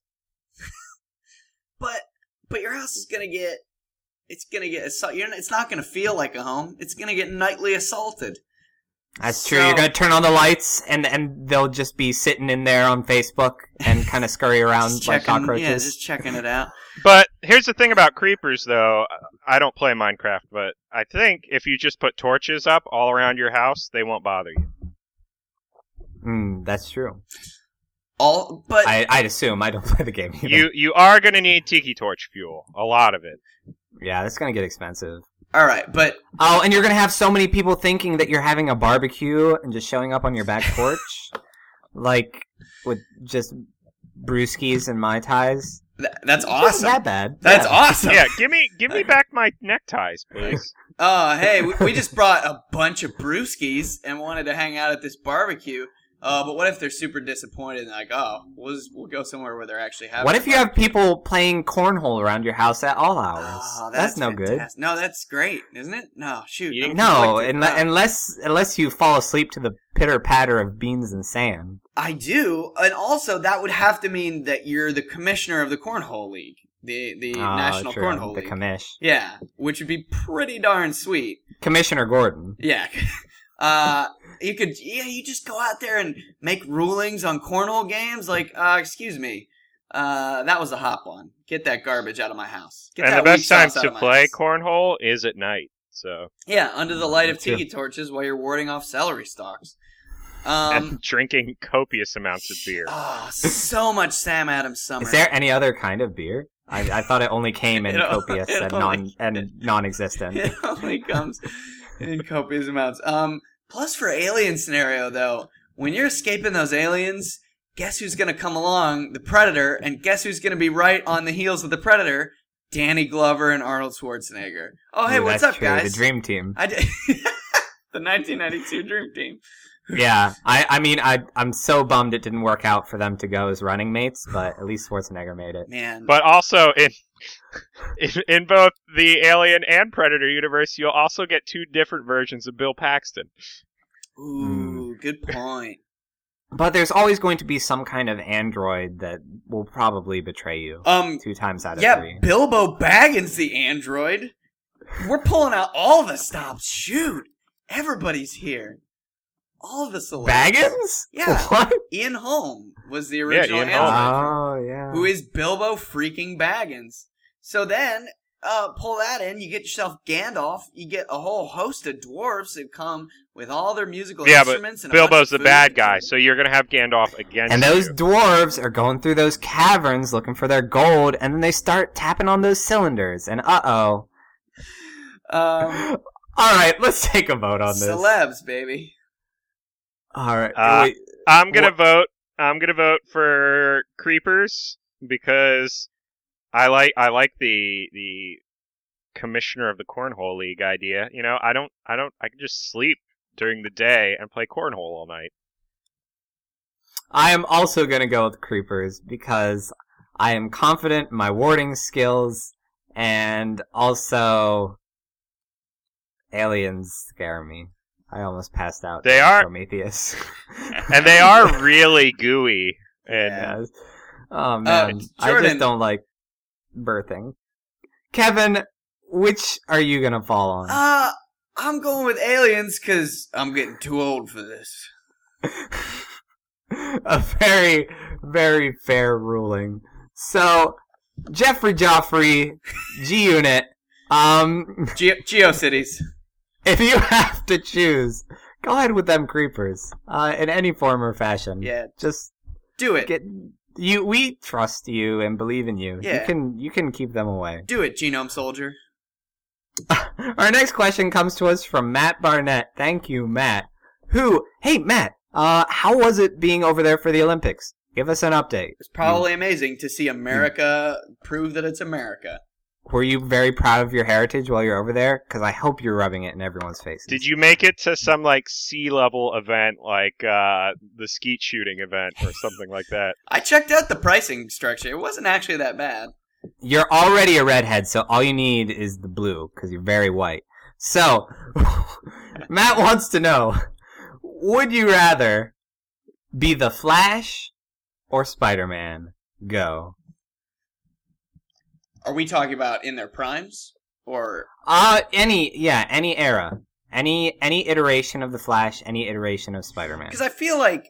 but but your house is gonna get it's gonna get assault. You're, not- it's not gonna feel like a home. It's gonna get nightly assaulted.
That's true. You're
So-
gonna turn on the lights, and and they'll just be sitting in there on Facebook and kind of scurry around
Just
like
checking-
cockroaches.
Yeah, just checking it out.
But here's the thing about creepers, though. I don't play Minecraft, but I think if you just put torches up all around your house, they won't bother you.
Mm, that's true.
All but
I, I'd assume. I don't play the game. Either.
You you are gonna need tiki torch fuel, a lot of it.
Yeah, that's gonna get expensive.
all right, but
Oh, and you're gonna have so many people thinking that you're having a barbecue and just showing up on your back porch, like with just brewskis and mai tais.
th- that's
It wasn't
awesome.
That bad.
That's
Yeah.
awesome.
Yeah, give me give me back my neckties, please.
Oh, hey, we, we just brought a bunch of brewskis and wanted to hang out at this barbecue. Uh, but what if they're super disappointed and like, oh, we'll just, we'll go somewhere where they're actually having.
What
a
if you have
barbecue?
people playing cornhole around your house at all hours?
Oh,
that's, no good.
fantastic. No, that's great, isn't it? No, shoot.
You-
I'm
No,
conflicted.
unle-
Uh,
unless unless you fall asleep to the pitter patter of beans and sand.
I do, and also that would have to mean that you're the commissioner of the cornhole league, the the
Oh,
national
true,
cornhole
the
league.
commish,
yeah, which would be pretty darn sweet.
Commissioner Gordon.
Yeah. Uh, you could, yeah, you just go out there and make rulings on cornhole games. Like, uh, excuse me, uh, that was a hot one. Get that garbage out of my house. Get
and
that
the best
weak
time
sauce out
to
of my
play
house.
cornhole is at night. So
yeah, under the light of
That's true.
tiki torches while you're warding off celery stalks. Um,
and drinking copious amounts of beer.
oh, so much Sam Adams summer.
Is there any other kind of beer? I, I thought it only came in
It o-
copious
it
and
only-
non and non-existent.
it only
um,
comes in copious amounts. Um, plus for alien scenario though, when you're escaping those aliens, guess who's gonna come along? The Predator, and guess who's gonna be right on the heels of the Predator? Danny Glover and Arnold Schwarzenegger. Oh hey,
Ooh,
what's
that's
up,
true,
guys?
The dream team.
I did the 1992 Dream Team.
yeah, I, I mean, I, I'm so bummed it didn't work out for them to go as running mates, but at least Schwarzenegger made it.
Man,
But also in, in in both the Alien and Predator universe, you'll also get two different versions of Bill Paxton.
ooh, good point.
But there's always going to be some kind of android that will probably betray you
Um,
two times out of
yeah,
three.
Bilbo Baggins the android. We're pulling out all the stops. Shoot, everybody's here. All the celebs.
Baggins?
Yeah.
What?
Ian Holm was the
Yeah,
original
Ian
android.
Holm.
Oh, yeah.
who is Bilbo freaking Baggins. So then, uh, pull that in, you get yourself Gandalf, you get a whole host of dwarves that come with all their musical
Yeah, but
instruments. and a bunch
Bilbo's
of
the
food.
bad guy, so you're gonna have Gandalf against
and those
you.
dwarves are going through those caverns looking for their gold, and then they start tapping on those cylinders, and uh oh.
Um,
All right, let's take a vote on this.
celebs, baby.
All right.
Uh,
wait.
I'm gonna
What-
vote. I'm gonna vote for creepers because I like I like the the commissioner of the cornhole league idea. You know, I don't I don't I can just sleep during the day and play cornhole all night.
I am also going to go with creepers because I am confident in my warding skills and also aliens scare me. I almost passed out.
They
during
are-
Prometheus.
And they are really gooey. And
Yeah. Uh,
Yes. Oh man, I
Jordan.
just don't like birthing. Kevin, which are you going to fall on?
Uh, I'm going with aliens because I'm getting too old for this.
a very, very fair ruling. So, Jeffrey Joffrey, G Unit. Um,
Ge- GeoCities.
if you have to choose, go ahead with them creepers, uh, in any form or fashion.
Yeah,
Just
do it.
get you. We trust you and believe in you.
Yeah.
You can you can keep them away.
do it, Genome Soldier.
Our next question comes to us from Matt Barnett. Thank you, Matt. Who? Hey, Matt. Uh, how was it being over there for the Olympics? Give us an update.
It's probably amazing to see America prove that it's America.
Were you very proud of your heritage while you're over there? Because I hope you're rubbing it in everyone's faces.
did you make it to some like sea level event, like uh, the skeet shooting event or something like that?
I checked out the pricing structure. It wasn't actually that bad.
You're already a redhead, so all you need is the blue because you're very white. So, Matt wants to know: Would you rather be the Flash or Spider-Man? Go.
Are we talking about in their primes or
Uh any yeah, any era. Any any iteration of the Flash, any iteration of Spider-Man.
because I feel like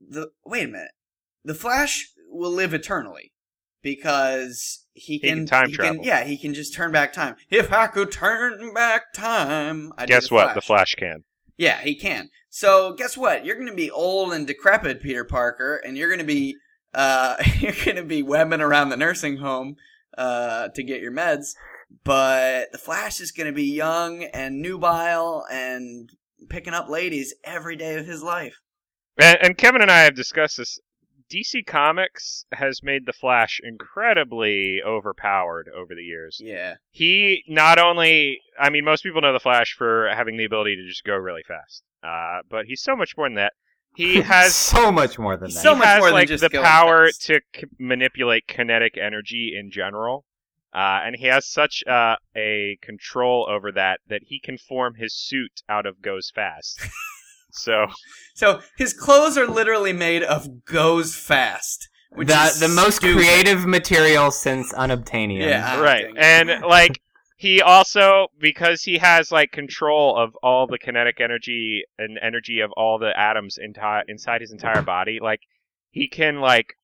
the wait a minute, the Flash will live eternally because he can,
can time
he
travel.
yeah, he can just turn back time. If I could turn back time, I'd be
Guess
the
what?
Flash.
The Flash can.
Yeah, he can. So guess what? You're going to be old and decrepit, Peter Parker, and you're going to be uh, you're going to be webbing around the nursing home uh, to get your meds. But the Flash is going to be young and nubile and picking up ladies every day of his life.
And, and Kevin and I have discussed this. DC Comics has made the Flash incredibly overpowered over the years.
Yeah,
He not only, I mean, most people know the Flash for having the ability to just go really fast, uh, but he's so much more than that. He has
so much more than that.
So
he
much
has
more than
like
just
the
going
power
fast.
to c- manipulate kinetic energy in general, uh, and he has such uh, a control over that that he can form his suit out of goes fast. so
so his clothes are literally made of goes fast, which
the
is
the most
stupid.
creative material since unobtainium.
Yeah. Ah,
right
dang it.
and like he also because he has like control of all the kinetic energy and energy of all the atoms enti- inside his entire body like he can like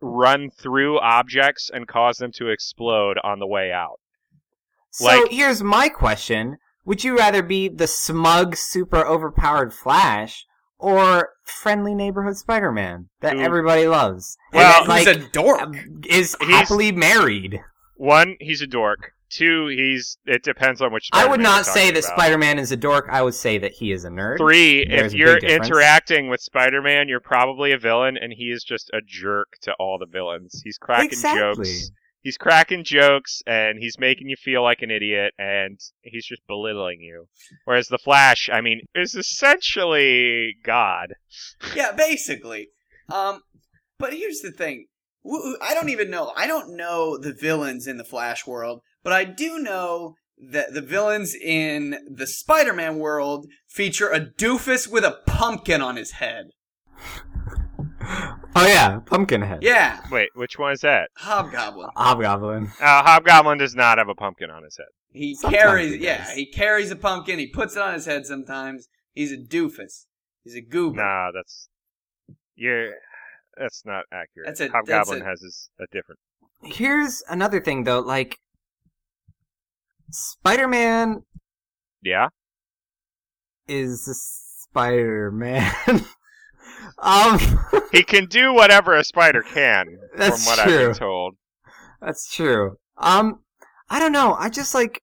run through objects and cause them to explode on the way out
So
Like-
here's my question: Would you rather be the smug, super overpowered Flash or friendly neighborhood Spider-Man that
Who-
everybody loves?
Well-
and
Who's
that,
a
like
dork?
is
He's-
happily married.
one he's a dork two he's it depends on which
I would
Spider-Man
not
you're
say
talking
that
about.
Spider-Man is a dork. I would say that he is a nerd.
Three, if
There's a big
you're
difference.
interacting with Spider-Man, you're probably a villain, and he is just a jerk to all the villains. He's cracking
Exactly.
jokes. he's cracking jokes and he's making you feel like an idiot and he's just belittling you. Whereas the Flash, I mean, is essentially God.
yeah, basically. Um, but here's the thing. Wh- wh- I don't even know. I don't know the villains in the Flash world, but I do know that the villains in the Spider-Man world feature a doofus with a pumpkin on his head.
Oh yeah, Pumpkinhead.
Yeah,
Wait, which one is that?
Hobgoblin.
Hobgoblin.
Uh, Hobgoblin does not have a pumpkin on his head.
He
Sometimes
carries.
he does.
yeah, he carries a pumpkin. He puts it on his head sometimes. He's a doofus. He's a goober.
Nah, that's you're. That's not accurate.
That's a-
Hobgoblin
that's a-
has his, a different.
Here's another thing though, like Spider-Man
Yeah.
is a Spider-Man. um
He can do whatever a spider can,
That's
from what I've
true.
been told.
That's true. Um, I don't know. I just like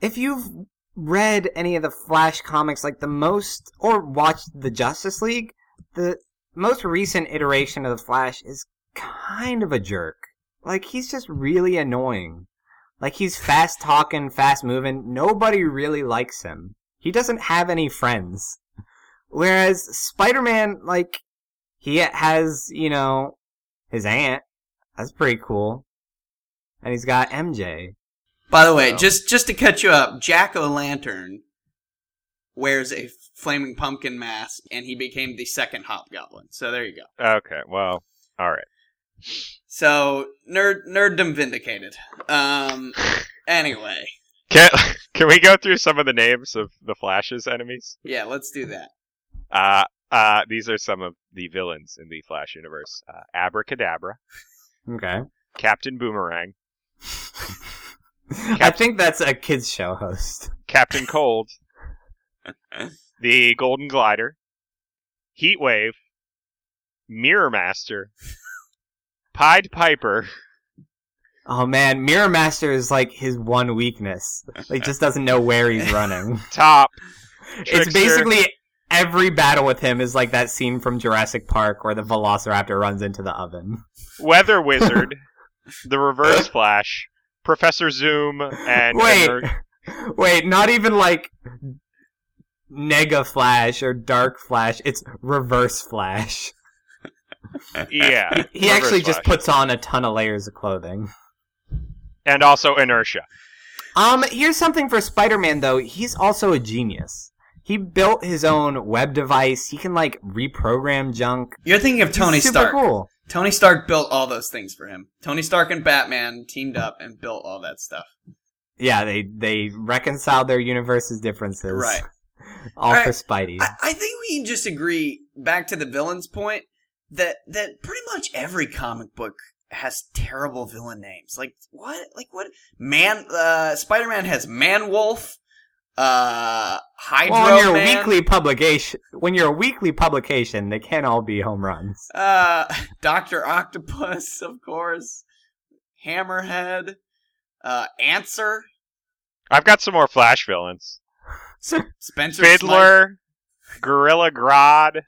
if you've read any of the Flash comics, like the most or watched the Justice League, the most recent iteration of the Flash is kind of a jerk. Like he's just really annoying. Like he's fast talking, fast moving. Nobody really likes him. He doesn't have any friends. Whereas Spider-Man, like he has, you know, his aunt that's pretty cool. And he's got MJ.
By the way,
Oh.
just just to catch you up, Jack O' Lantern wears a flaming pumpkin mask, and he became the second Hobgoblin. So there you go.
Okay. Well. All right.
So nerd nerddom vindicated. Um. Anyway,
Can Can we go through some of the names of the Flash's enemies?
yeah, let's do that.
Uh. Uh, these are some of the villains in the Flash universe: uh, Abracadabra,
Okay.
Captain Boomerang,
I think that's a kids show host.
Captain Cold, the Golden Glider, Heat Wave, Mirror Master, Pied Piper,
Oh man, Mirror Master is like his one weakness. Like just doesn't know where he's running.
Top.
it's
Trickster.
basically every battle with him is like that scene from Jurassic Park where the Velociraptor runs into the oven.
Weather Wizard, the Reverse Flash, Professor Zoom, and
Wait.
and there-
Wait, not even like Nega Flash or Dark Flash. It's Reverse Flash.
yeah,
He
Reverse
actually just
Flash.
puts on a ton of layers of clothing.
and also Inertia.
Um, here's something for Spider-Man though. He's also a genius. He built his own web device. He can like reprogram junk.
You're thinking of
He's
Tony
super
Stark.
Cool.
Tony Stark built all those things for him. Tony Stark and Batman teamed up and built all that stuff.
Yeah, they they reconciled their universes' differences.
Right.
All
Alright,
for Spidey.
I, I think we can just agree back to the villains point that that pretty much every comic book has terrible villain names. Like what? Like what? Man, uh, Spider Man has Man Wolf, uh, Hydro
well, when you're a
Man,
weekly publication, when you're a weekly publication, they can't all be home runs.
uh, Doctor Octopus, of course, Hammerhead, uh, Answer,
I've got some more Flash villains:
Spencer Snipe,
Fiddler, Gorilla Grodd,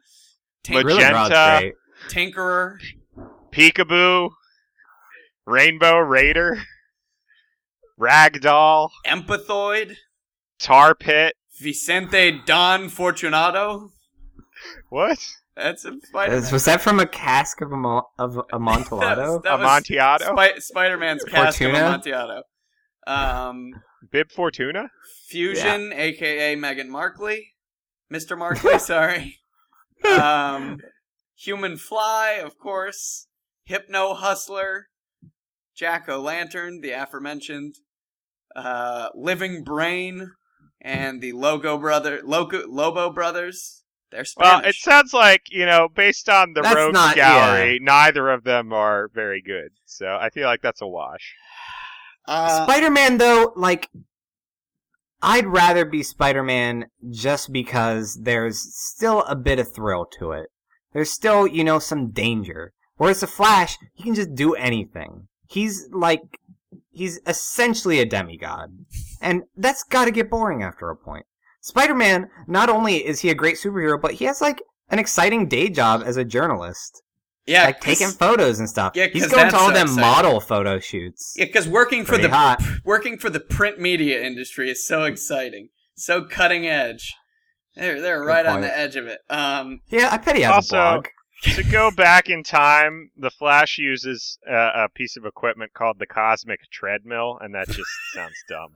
Tin-
Maj-
Gorilla Grodd's
Magenta.
great.
Tinkerer,
Peekaboo, Rainbow Raider, Ragdoll,
Empathoid,
Tar Pit.
Vicente Don Fortunato.
What?
That's a Spider
Is- Was that from a cask of a mo- of a Amontillado?
That was
Amontillado?
Spi- Spider-Man's cast of
Fortuna?
Amontillado. Um,
Bib Fortuna?
Fusion, aka Megan Markley, Mr. Markley, sorry. Um, Human Fly, of course. Hypno Hustler, Jack O' Lantern, the aforementioned, uh, Living Brain, and the Logo Brother, Loco, Lobo Brothers. They're
Well,
Spanish.
it sounds like, you know, based on the
That's
rogue
not-
gallery, neither of them are very good. So I feel like that's a wash.
uh,
Spider-Man though, like I'd rather be Spider-Man just because there's still a bit of thrill to it. There's still, you know, some danger. Whereas the Flash, he can just do anything. He's like he's essentially a demigod. And that's got to get boring after a point. Spider-Man, not only is he a great superhero, but he has like an exciting day job as a journalist.
Yeah,
like taking photos and stuff.
Yeah,
he's
'cause
going
that's
to all
so
them
exciting.
model photo shoots.
because working for
Pretty
the
hot.
working for the print media industry is so exciting, so cutting edge. They're they're right on
point.
the edge of it. Um,
Yeah, I bet he has
Also-
a blog.
to go back in time, the Flash uses uh, a piece of equipment called the cosmic treadmill, and that just sounds dumb.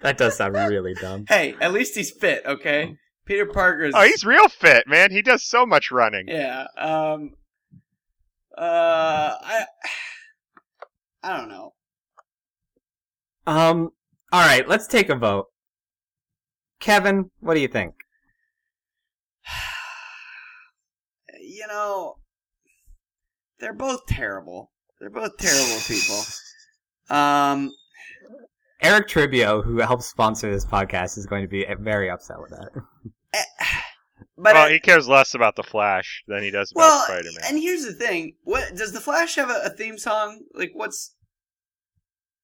That does sound really dumb.
hey, at least he's fit, okay? Peter Parker's.
Oh, he's real fit, man. He does so much running.
yeah. Um, uh, I I don't know.
Um. All right, let's take a vote. Kevin, what do you think?
You know, they're both terrible. They're both terrible people. Um,
Eric Tribio, who helps sponsor this podcast, is going to be very upset with that.
eh, but
well,
I-
he cares less about the Flash than he does about
well,
Oh, Spider-Man.
and here's the thing: what does the Flash have a, a theme song? Like, what's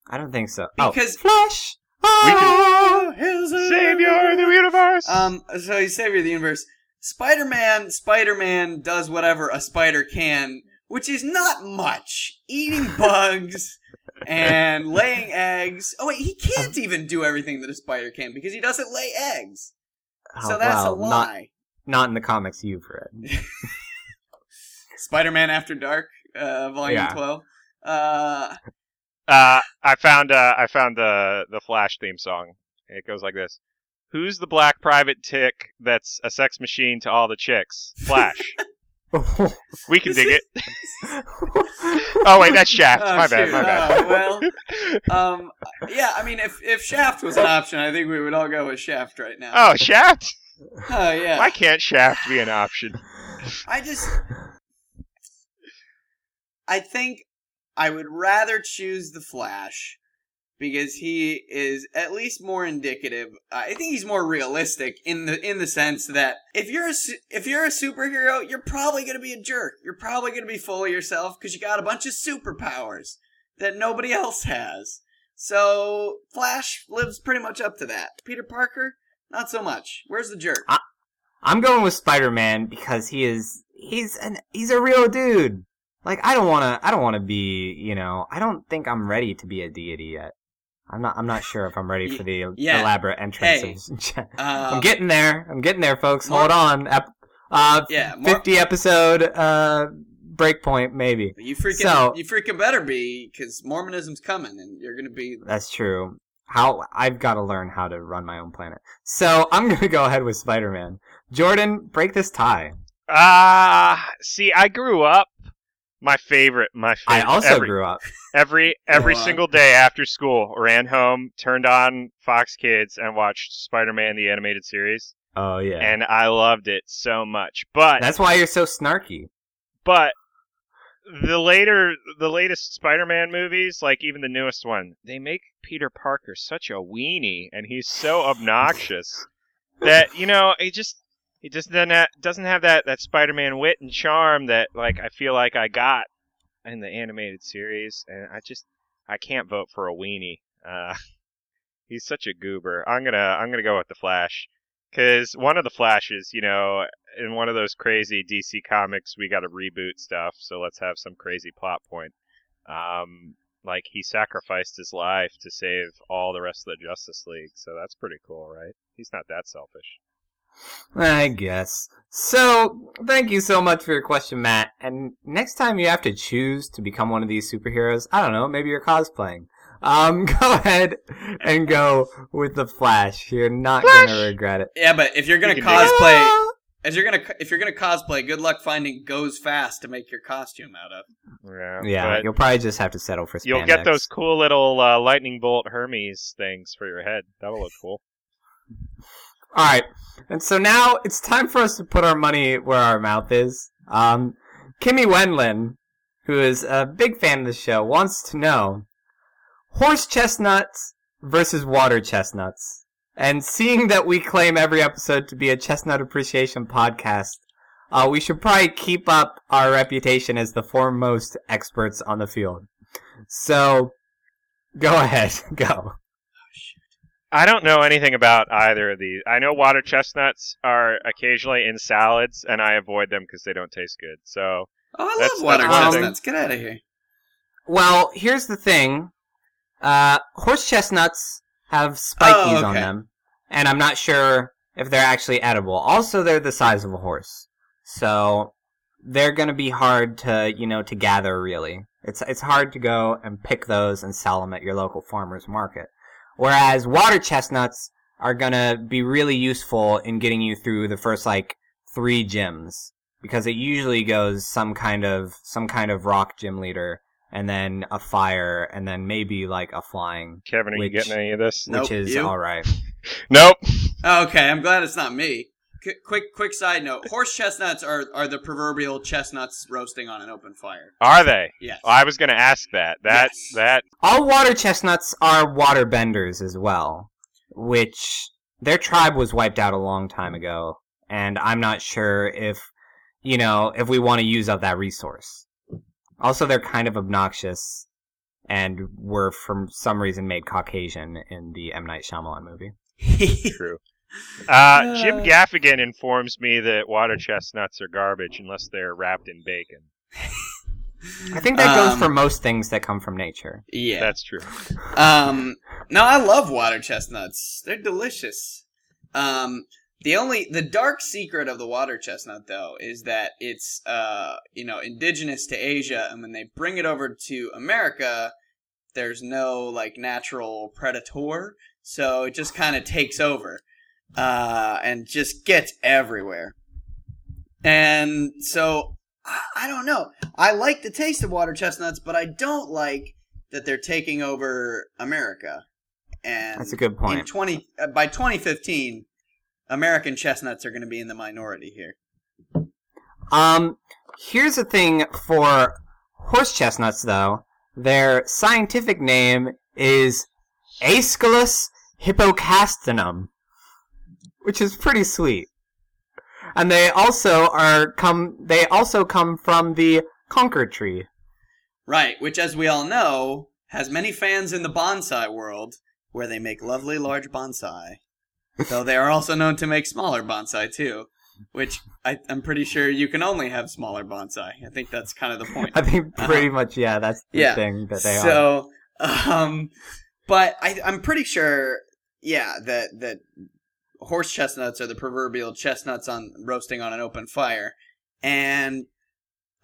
I don't think so.
Because-
oh, Flash. Ah!
We can- Savior
Savior
of the universe.
Um, so he's Savior of the Universe. Spider Man, Spider Man does whatever a spider can, which is not much. Eating bugs and laying eggs. Oh, wait, he can't even do everything that a spider can because he doesn't lay eggs.
Oh,
So that's
wow,
a
Not,
lie.
not in the comics you've read.
Spider Man After Dark, uh, Volume
Yeah.
12. Uh,
Uh, I found uh, I found the the Flash theme song. It goes like this: Who's the black private tick that's a sex machine to all the chicks? Flash. we can dig it. Oh wait, that's Shaft.
oh,
my bad.
shoot.
My bad.
Oh, well, um, yeah, I mean, if, if Shaft was an option, I think we would all go with Shaft right now.
Oh, Shaft.
Oh, yeah.
Why can't Shaft be an option?
I just I think I would rather choose the Flash because he is at least more indicative. I think he's more realistic in the in the sense that if you're a su- if you're a superhero, you're probably going to be a jerk. You're probably going to be full of yourself because you got a bunch of superpowers that nobody else has. So Flash lives pretty much up to that. Peter Parker, not so much. Where's the jerk?
I'm going with Spider-Man because he is he's an he's a real dude. Like I don't want to I don't want to be, you know, I don't think I'm ready to be a deity yet. I'm not I'm not sure if I'm ready for the
Yeah.
elaborate entrance.
Hey.
Of, Jack.
Um,
I'm getting there. I'm getting there, folks.
Mark-
Hold on. Ep- uh
yeah, Mar-
50 episode uh breakpoint maybe.
You freaking,
So-
you freaking better be, because Mormonism's coming, and you're gonna be.
That's true. How I've got to learn how to run my own planet. So, I'm going to go ahead with Spider-Man. Jordan, break this tie.
Ah, see, I grew up. My favorite, my
I
favorite.
also
every,
grew up.
Every every
Go on.
single day after school, ran home, turned on Fox Kids, and watched Spider-Man the animated series,
Oh yeah.
and I loved it so much. But
That's why you're so snarky.
but the later the latest Spider-Man movies, like even the newest one, they make Peter Parker such a weenie, and he's so obnoxious that you know it just it just doesn't ha- doesn't have that that Spider-Man wit and charm that like I feel like I got in the animated series, and I just I can't vote for a weenie. Uh, he's such a goober. I'm gonna I'm gonna go with the Flash. Cause one of the flashes, you know, in one of those crazy DC comics, we got to reboot stuff, so let's have some crazy plot point. Um, like he sacrificed his life to save all the rest of the Justice League, so that's pretty cool, right? He's not that selfish.
I guess. So, thank you so much for your question, Matt. And next time you have to choose to become one of these superheroes, I don't know, maybe you're cosplaying. Um, go ahead and go with the Flash. You're not gonna
Flash!
regret it.
Yeah, but if you're gonna
You can do
cosplay, as you're gonna, if you're gonna cosplay, good luck finding goes fast to make your costume out of.
Yeah,
Yeah,
but
you'll probably just have to settle for. Spandex.
you'll get those cool little uh, lightning bolt Hermes things for your head. That'll look cool.
All right, and so now it's time for us to put our money where our mouth is. Um, Kimmy Wendland, who is a big fan of the show, wants to know horse chestnuts versus water chestnuts. And seeing that we claim every episode to be a chestnut appreciation podcast, uh, we should probably keep up our reputation as the foremost experts on the field. So, go ahead, go.
I don't know anything about either of these. I know water chestnuts are occasionally in salads, and I avoid them because they don't taste good. So
Oh, I
That's-
love water
that's the thing.
chestnuts. Get out of here.
Well, here's the thing. Uh, horse chestnuts have spikies on
okay.
them, and I'm not sure if they're actually edible. Also, they're the size of a horse, so they're gonna be hard to, you know, to gather. Really, it's it's hard to go and pick those and sell them at your local farmers market. Whereas water chestnuts are gonna be really useful in getting you through the first like three gyms because it usually goes some kind of some kind of rock gym leader and then a fire and then maybe like a flying
Kevin, are
Which-
you getting any of this?
Nope,
which is
you?
all right
Nope.
Oh, Okay, I'm glad it's not me. Qu- quick, quick side note: horse chestnuts are are the proverbial chestnuts roasting on an open fire.
Are they?
Yes.
Well, Oh, I was going to ask that. That
Yes.
that
all water chestnuts are water benders as well which their tribe was wiped out a long time ago and i'm not sure if you know if we want to use up that resource also they're kind of obnoxious and were for some reason made caucasian in the m night Shyamalan movie
true. Uh, Jim
Uh.
Gaffigan informs me that water chestnuts are garbage unless they're wrapped in bacon.
i think that goes
Um,
for most things that come from nature
yeah.
That's true.
Um, no, I love water chestnuts. They're delicious. Um, the only the dark secret of the water chestnut though is that it's uh you know indigenous to Asia, and when they bring it over to America, there's no like natural predator, so it just kind of takes over, uh, and just gets everywhere. And so I, I don't know. I like the taste of water chestnuts, but I don't like that they're taking over America. And
that's a good
In
point
20, uh, by 2015, American chestnuts are going to be in the minority here.
Um, here's the thing for horse chestnuts, though. Their scientific name is Aeschylus hippocastinum, which is pretty sweet. And they also are come. They also come from the conker tree.
Right, which, as we all know, has many fans in the bonsai world where they make lovely large bonsai. Though they are also known to make smaller bonsai, too, which I, I'm pretty sure you can only have smaller bonsai. I think that's kind of the point.
I think pretty much, yeah, that's the
Uh-huh. Yeah.
thing that they are.
so, um, but I, I'm pretty sure, yeah, that that horse chestnuts are the proverbial chestnuts on roasting on an open fire, and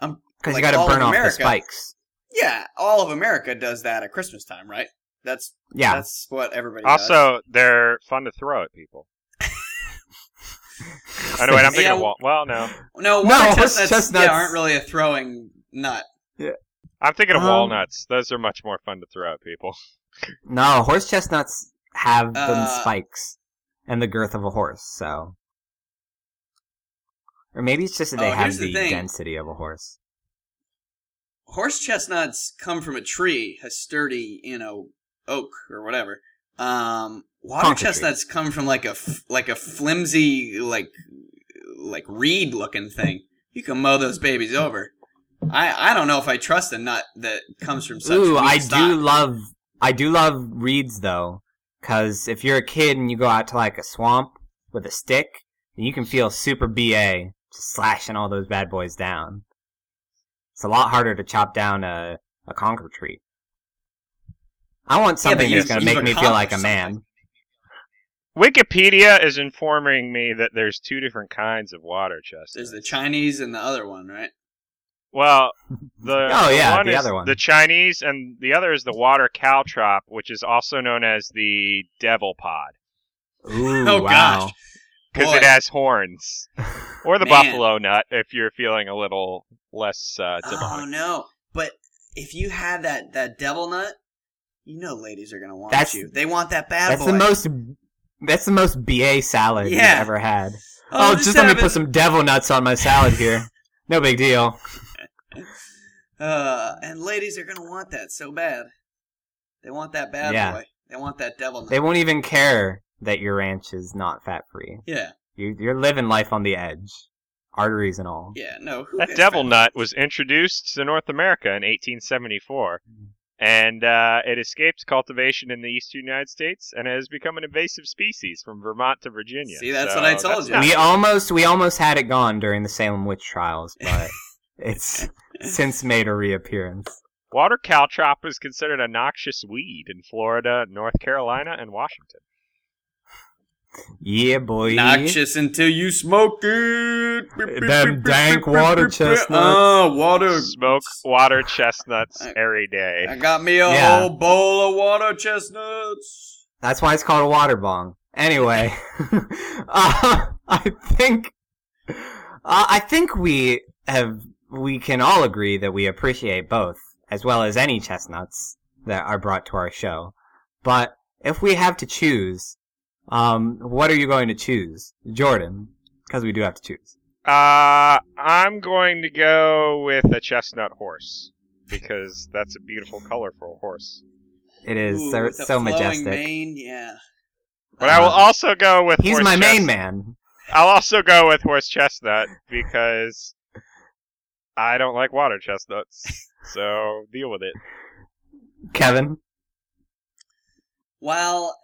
Because
like
you got
all
to
of
burn off the
America.
spikes.
yeah, all of America does that at Christmas time, right? That's
Yeah,
that's what everybody does.
Also, they're fun to throw at people. I know. Wait, I'm thinking
Yeah.
of Wal- well, no,
No,
No, water
horse
chestnuts,
chestnuts-
Yeah, aren't really a throwing nut.
I'm thinking of
Um,
walnuts. Those are much more fun to throw at people.
no, horse chestnuts have them
Uh,
spikes and the girth of a horse, so. Or maybe it's just that they
Oh,
have
here's the
the,
thing.
density of a horse.
horse chestnuts come from a tree, a sturdy, you know, oak or whatever. Um, water
Conker tree.
chestnuts come from like a f- like a flimsy like like reed looking thing. You can mow those babies over. I I don't know if I trust a nut that comes from such.
Ooh,
weak
I do
stock.
love I do love reeds though, because if you're a kid and you go out to like a swamp with a stick, then you can feel super ba just slashing all those bad boys down. It's a lot harder to chop down a a conker tree. I want
Yeah, but
something
you-
that's gonna make
you've
me feel like a
accomplished
man.
Wikipedia is informing me that there's two different kinds of water chestnuts.
There's the Chinese and the other one, right?
Well, the
Oh, yeah,
one
the
is
other one.
the Chinese, and the other is the water caltrop, which is also known as the devil pod
Ooh,
Oh,
wow.
gosh.
because
Boy.
it has horns, or the
Man.
buffalo nut if you're feeling a little less uh,
Oh
demonic.
no! But if you had that that devil nut, you know, ladies are gonna want
That's-
you. They want that bad
That's
boy.
the most. That's the most BA salad
Yeah.
you've ever had.
Oh,
Oh,
this
just let me
happened-
put some devil nuts on my salad here. no big deal.
Uh, and ladies are gonna want that so bad. They want that bad
Yeah.
boy. They want that devil. Nut.
They won't even care that your ranch is not fat free.
yeah,
You, you're living life on the edge, arteries and all.
yeah. No, who
That
gets
devil
that?
nut was introduced to North America in 1874, and uh, it escaped cultivation in the eastern United States and has become an invasive species from Vermont to Virginia.
See, that's
So
what I told
that's
you.
not-
We almost we almost had it gone during the Salem witch trials, but It's since made a reappearance.
Water caltrop is considered a noxious weed in Florida, North Carolina, and Washington.
Yeah, boy.
Noxious until you smoke it.
Them dank water chestnuts.
Oh, water.
Smoke water chestnuts every
I
day.
got me a
Yeah.
whole bowl of water chestnuts.
That's why it's called a water bong. Anyway, uh, I think uh, I think we have we can all agree that we appreciate both as well as any chestnuts that are brought to our show. But if we have to choose, um, what are you going to choose, Jordan? Because we do have to choose.
Uh, I'm going to go with a chestnut horse because that's a beautiful color for a horse.
It is
Ooh,
so,
with the
so
flowing
majestic.
mane, yeah.
But I will
Uh,
also go with
He's
horse
my main
chest-
man.
I'll also go with horse chestnut because I don't like water chestnuts. So deal with it.
Kevin.
Well,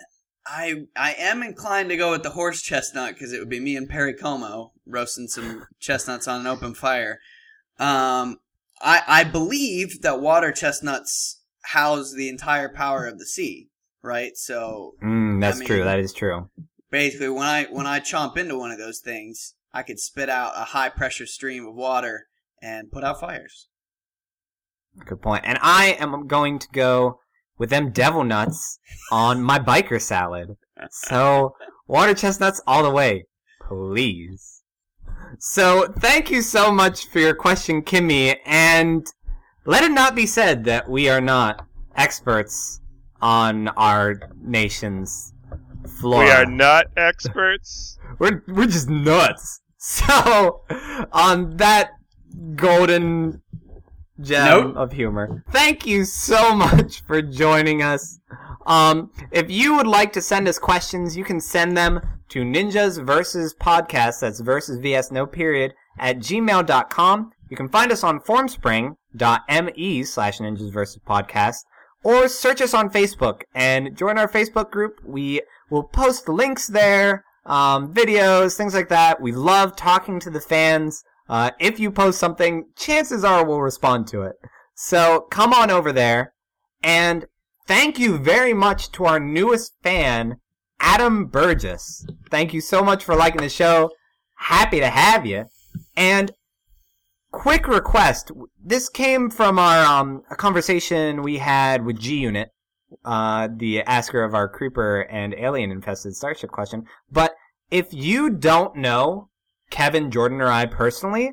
I I am inclined to go with the horse chestnut because it would be me and Perry Como roasting some chestnuts on an open fire. Um, I I believe that water chestnuts house the entire power of the sea, right? So
Mm, that's true.
mean-
That is true.
basically when i when i chomp into one of those things i could spit out a high pressure stream of water and put out fires
Good point. And I am going to go with them devil nuts on my biker salad. So water chestnuts all the way, please. So thank you so much for your question, Kimmy. And let it not be said that we are not experts on our nation's flora.
We are nut experts.
We're we're just nuts. So on that golden gem
Nope.
of humor. Thank you so much for joining us. Um, if you would like to send us questions, you can send them to ninjas versus podcast. That's versus vs no period at gmail.com. You can find us on formspring.me E slash ninjas versus podcast or search us on Facebook and join our Facebook group. We will post links there, um, videos, things like that. We love talking to the fans. Uh, if you post something, chances are we'll respond to it. So come on over there. And thank you very much to our newest fan, Adam Burgess. Thank you so much for liking the show. Happy to have you. And quick request this came from our um, a conversation we had with G Unit, uh, the asker of our creeper and alien infested starship question. But if you don't know Kevin, Jordan, or I personally,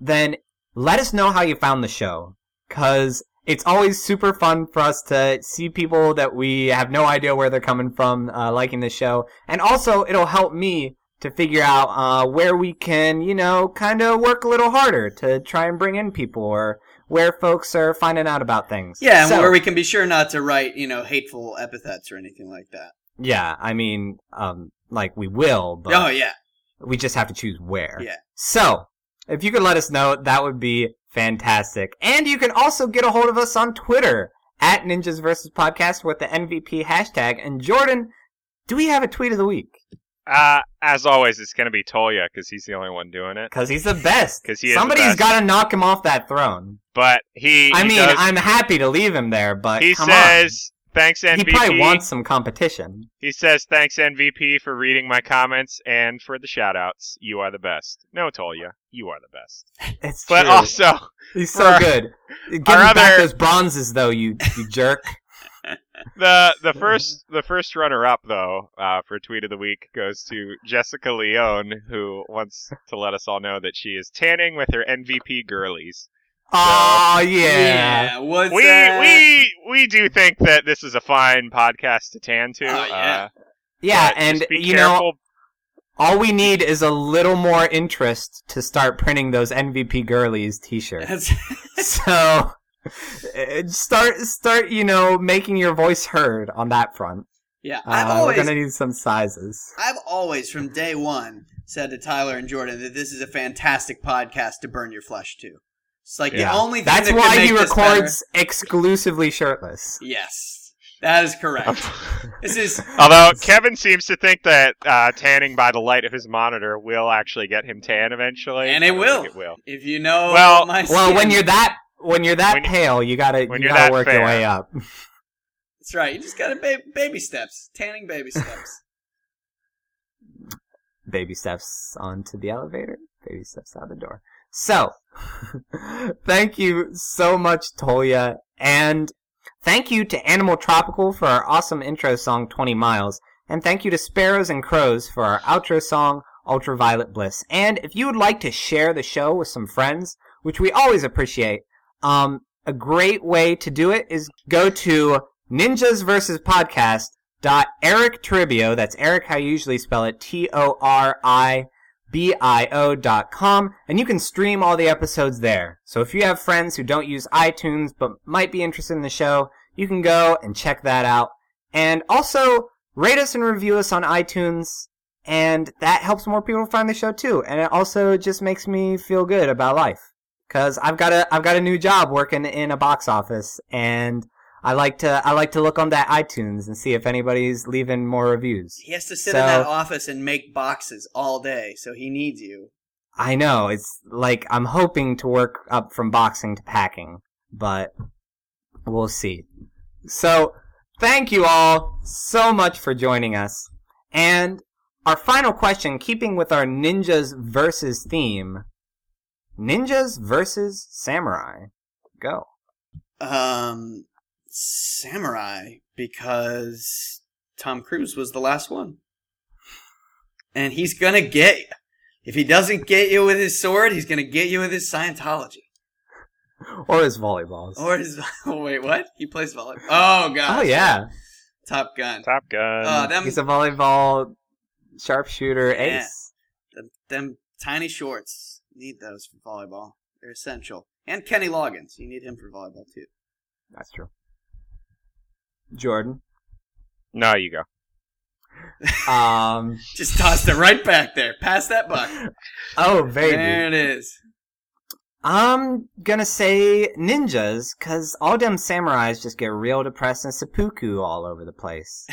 then let us know how you found the show. Cause it's always super fun for us to see people that we have no idea where they're coming from, uh, liking the show. And also, it'll help me to figure out, uh, where we can, you know, kind of work a little harder to try and bring in people or where folks are finding out about things.
yeah and
So-
where we can be sure not to write you know hateful epithets or anything like that
Yeah, I mean, um, like we will, but.
oh yeah
We just have to choose where.
Yeah.
So, if you could let us know, that would be fantastic. And you can also get a hold of us on Twitter at Ninjas versus Podcast with the MVP hashtag. And Jordan, do we have a tweet of the week?
Uh, as always, it's going to be Toya because he's the only one doing it.
Because he's the best.
'Cause he is the
Somebody's
best.
got to knock him off that throne.
But he,
I
he
mean,
does-
I'm happy to leave him there, but
he
come
says thanks
on.
MVP.
He probably wants some competition.
He says thanks MVP for reading my comments and for the shout outs. You are the best. No, Tolia, you are the best.
It's
But
true.
also,
he's
for
so
our-
good. Give him back
other-
those bronzes, though, you you jerk.
the the first the first runner up though uh, for tweet of the week goes to Jessica Leone, who wants to let us all know that she is tanning with her MVP girlies.
Oh yeah.
yeah what's
we
that?
we we do think that this is a fine podcast to tan to.
Oh, yeah.
uh,
Yeah,
but
and
just be
you know,
careful.
all we need is a little more interest to start printing those MVP girlies t-shirts.
That's-
so eh, start start, you know, making your voice heard on that front.
yeah
Uh,
i've
we're
always
going to need some sizes.
i've always from day one said to tyler and jordan that this is a fantastic podcast to burn your flesh to it's like
Yeah.
the only thing
That's
that could
why
make
he
this better-
records exclusively shirtless.
yes That is correct. This is
Although Kevin seems to think that uh, tanning by the light of his monitor will actually get him tan eventually,
And it
I don't
will.
think It will.
if you know
Well-
my
Well, when
skin-
you're that when you're that
When you-
pale, you gotta
when
you
you're
gotta
that
work your
fair.
way up.
That's right. You just got to ba- baby steps. Tanning baby steps.
Baby steps onto the elevator. Baby steps out the door. So, thank you so much, Tolia, and thank you to Animal Tropical for our awesome intro song, 20 Miles, and thank you to Sparrows and Crows for our outro song, Ultraviolet Bliss. And if you would like to share the show with some friends, which we always appreciate, um, a great way to do it is go to ninjas versus podcast dot eric tribio that's eric how you usually spell it t-o-r-i bio dot com and you can stream all the episodes there so if you have friends who don't use itunes but might be interested in the show you can go and check that out and also rate us and review us on itunes and that helps more people find the show too and it also just makes me feel good about life because i've got a i've got a new job working in a box office and I like to I like to look on that iTunes and see if anybody's leaving more reviews.
He has to sit
So-
in that office and make boxes all day, so he needs you.
I know it's like I'm hoping to work up from boxing to packing, but we'll see. So, thank you all so much for joining us. And our final question, keeping with our ninjas versus theme, ninjas versus samurai. Go.
Um, samurai because Tom Cruise was the last one, and he's gonna get you. If he doesn't get you with his sword, he's gonna get you with his Scientology
Or his volleyballs.
or his. Oh, wait, what? He plays volleyball. Oh god.
oh yeah, Um,
Top Gun.
Top Gun.
Oh, them,
he's a volleyball sharpshooter
Yeah.
ace.
them, them tiny shorts. Need those for volleyball. They're essential. And Kenny Loggins. You need him for volleyball too.
That's true. Jordan.
no, you go.
Um.
Just tossed it right back there. Pass that buck.
oh, baby.
There it is.
I'm gonna say ninjas, cause all them samurais just get real depressed and seppuku all over the place.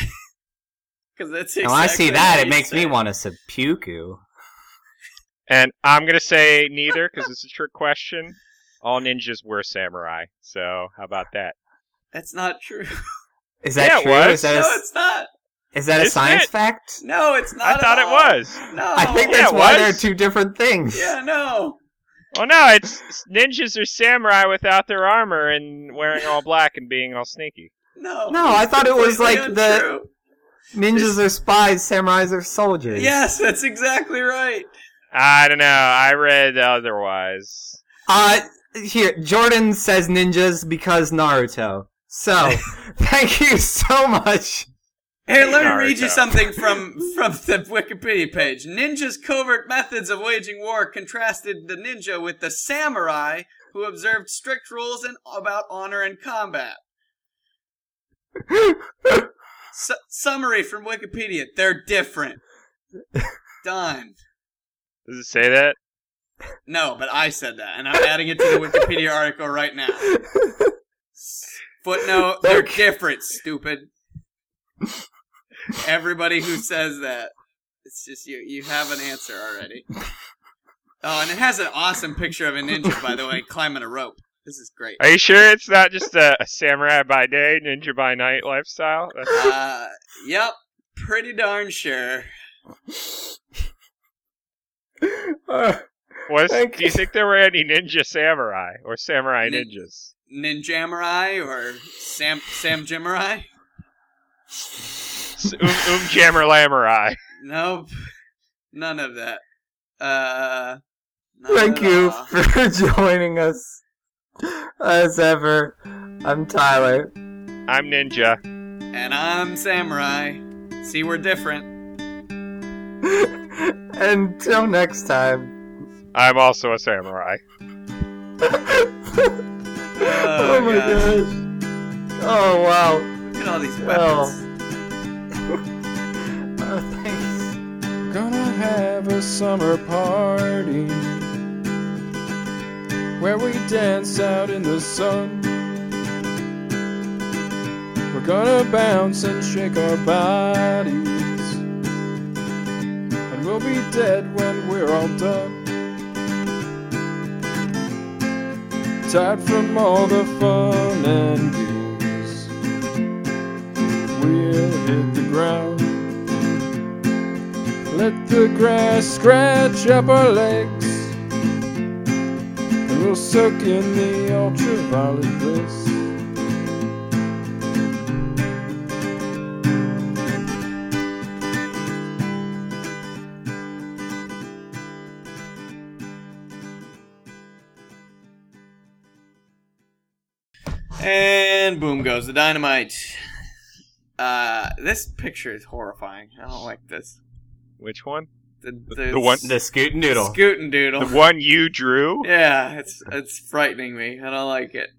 Because that's
And when I see
exactly
that,
what
it
he
makes me
said.
want to seppuku.
And I'm gonna say neither because it's a trick question. All ninjas were samurai, so how about that?
That's not true.
Is
Yeah,
that
it
true?
was.
Is that,
no,
a,
it's not.
is that a
Isn't
science
it?
fact?
No, it's not.
I
at
thought it
all.
was.
No.
I think
yeah,
that's
it
why
was.
they're two different things.
Oh, Yeah, no.
Well, no, it's ninjas are samurai without their armor and wearing all black and being all sneaky.
No.
No, I thought it was like
Completely
the-
untrue.
Ninjas are spies, samurais are soldiers.
Yes, that's exactly right.
I don't know. I read otherwise.
Uh, here, Jordan says ninjas because Naruto. So, thank you so much.
Hey, let me read you
Naruto.
something from from the Wikipedia page. Ninja's covert methods of waging war contrasted the ninja with the samurai, who observed strict rules and about honor and combat. Su- summary from Wikipedia: They're different. Done.
Does it say that?
No, but I said that, and I'm adding it to the Wikipedia article right now. Footnote: They're different. Stupid. Everybody who says that, it's just you. You have an answer already. Oh, and it has an awesome picture of a ninja, by the way, climbing a rope. This is great.
Are you sure it's not just a, a samurai by day, ninja by night lifestyle? That's-
Uh, yep, pretty darn sure.
Uh,
Was,
Thank
do you
you.
think there were any ninja samurai or samurai
Nin-
ninjas?
Ninjamurai or Sam Sam Jimurai?
S- Um, um jammer lamurai.
Nope, none of that. Uh, none
Thank
at
you
all.
for joining us as ever. I'm Tyler.
I'm ninja.
And I'm Samurai. See, we're different.
Until next time.
I'm also a samurai.
Oh, my
God.
gosh. Oh wow.
Look at all these
Well.
weapons.
Oh, thanks.
Gonna have a summer party where we dance out in the sun. We're Gonna bounce and shake our bodies. And we'll be dead when we're all done. Tired from all the fun and games. We'll hit the ground. Let the grass scratch up our legs. And we'll soak in the ultraviolet bliss.
And boom goes the dynamite. Uh, this picture is horrifying. I don't like this.
Which one?
The,
the one-
The scoot and doodle.
Scoot and doodle.
The one you drew?
Yeah, it's it's frightening me. I don't like it.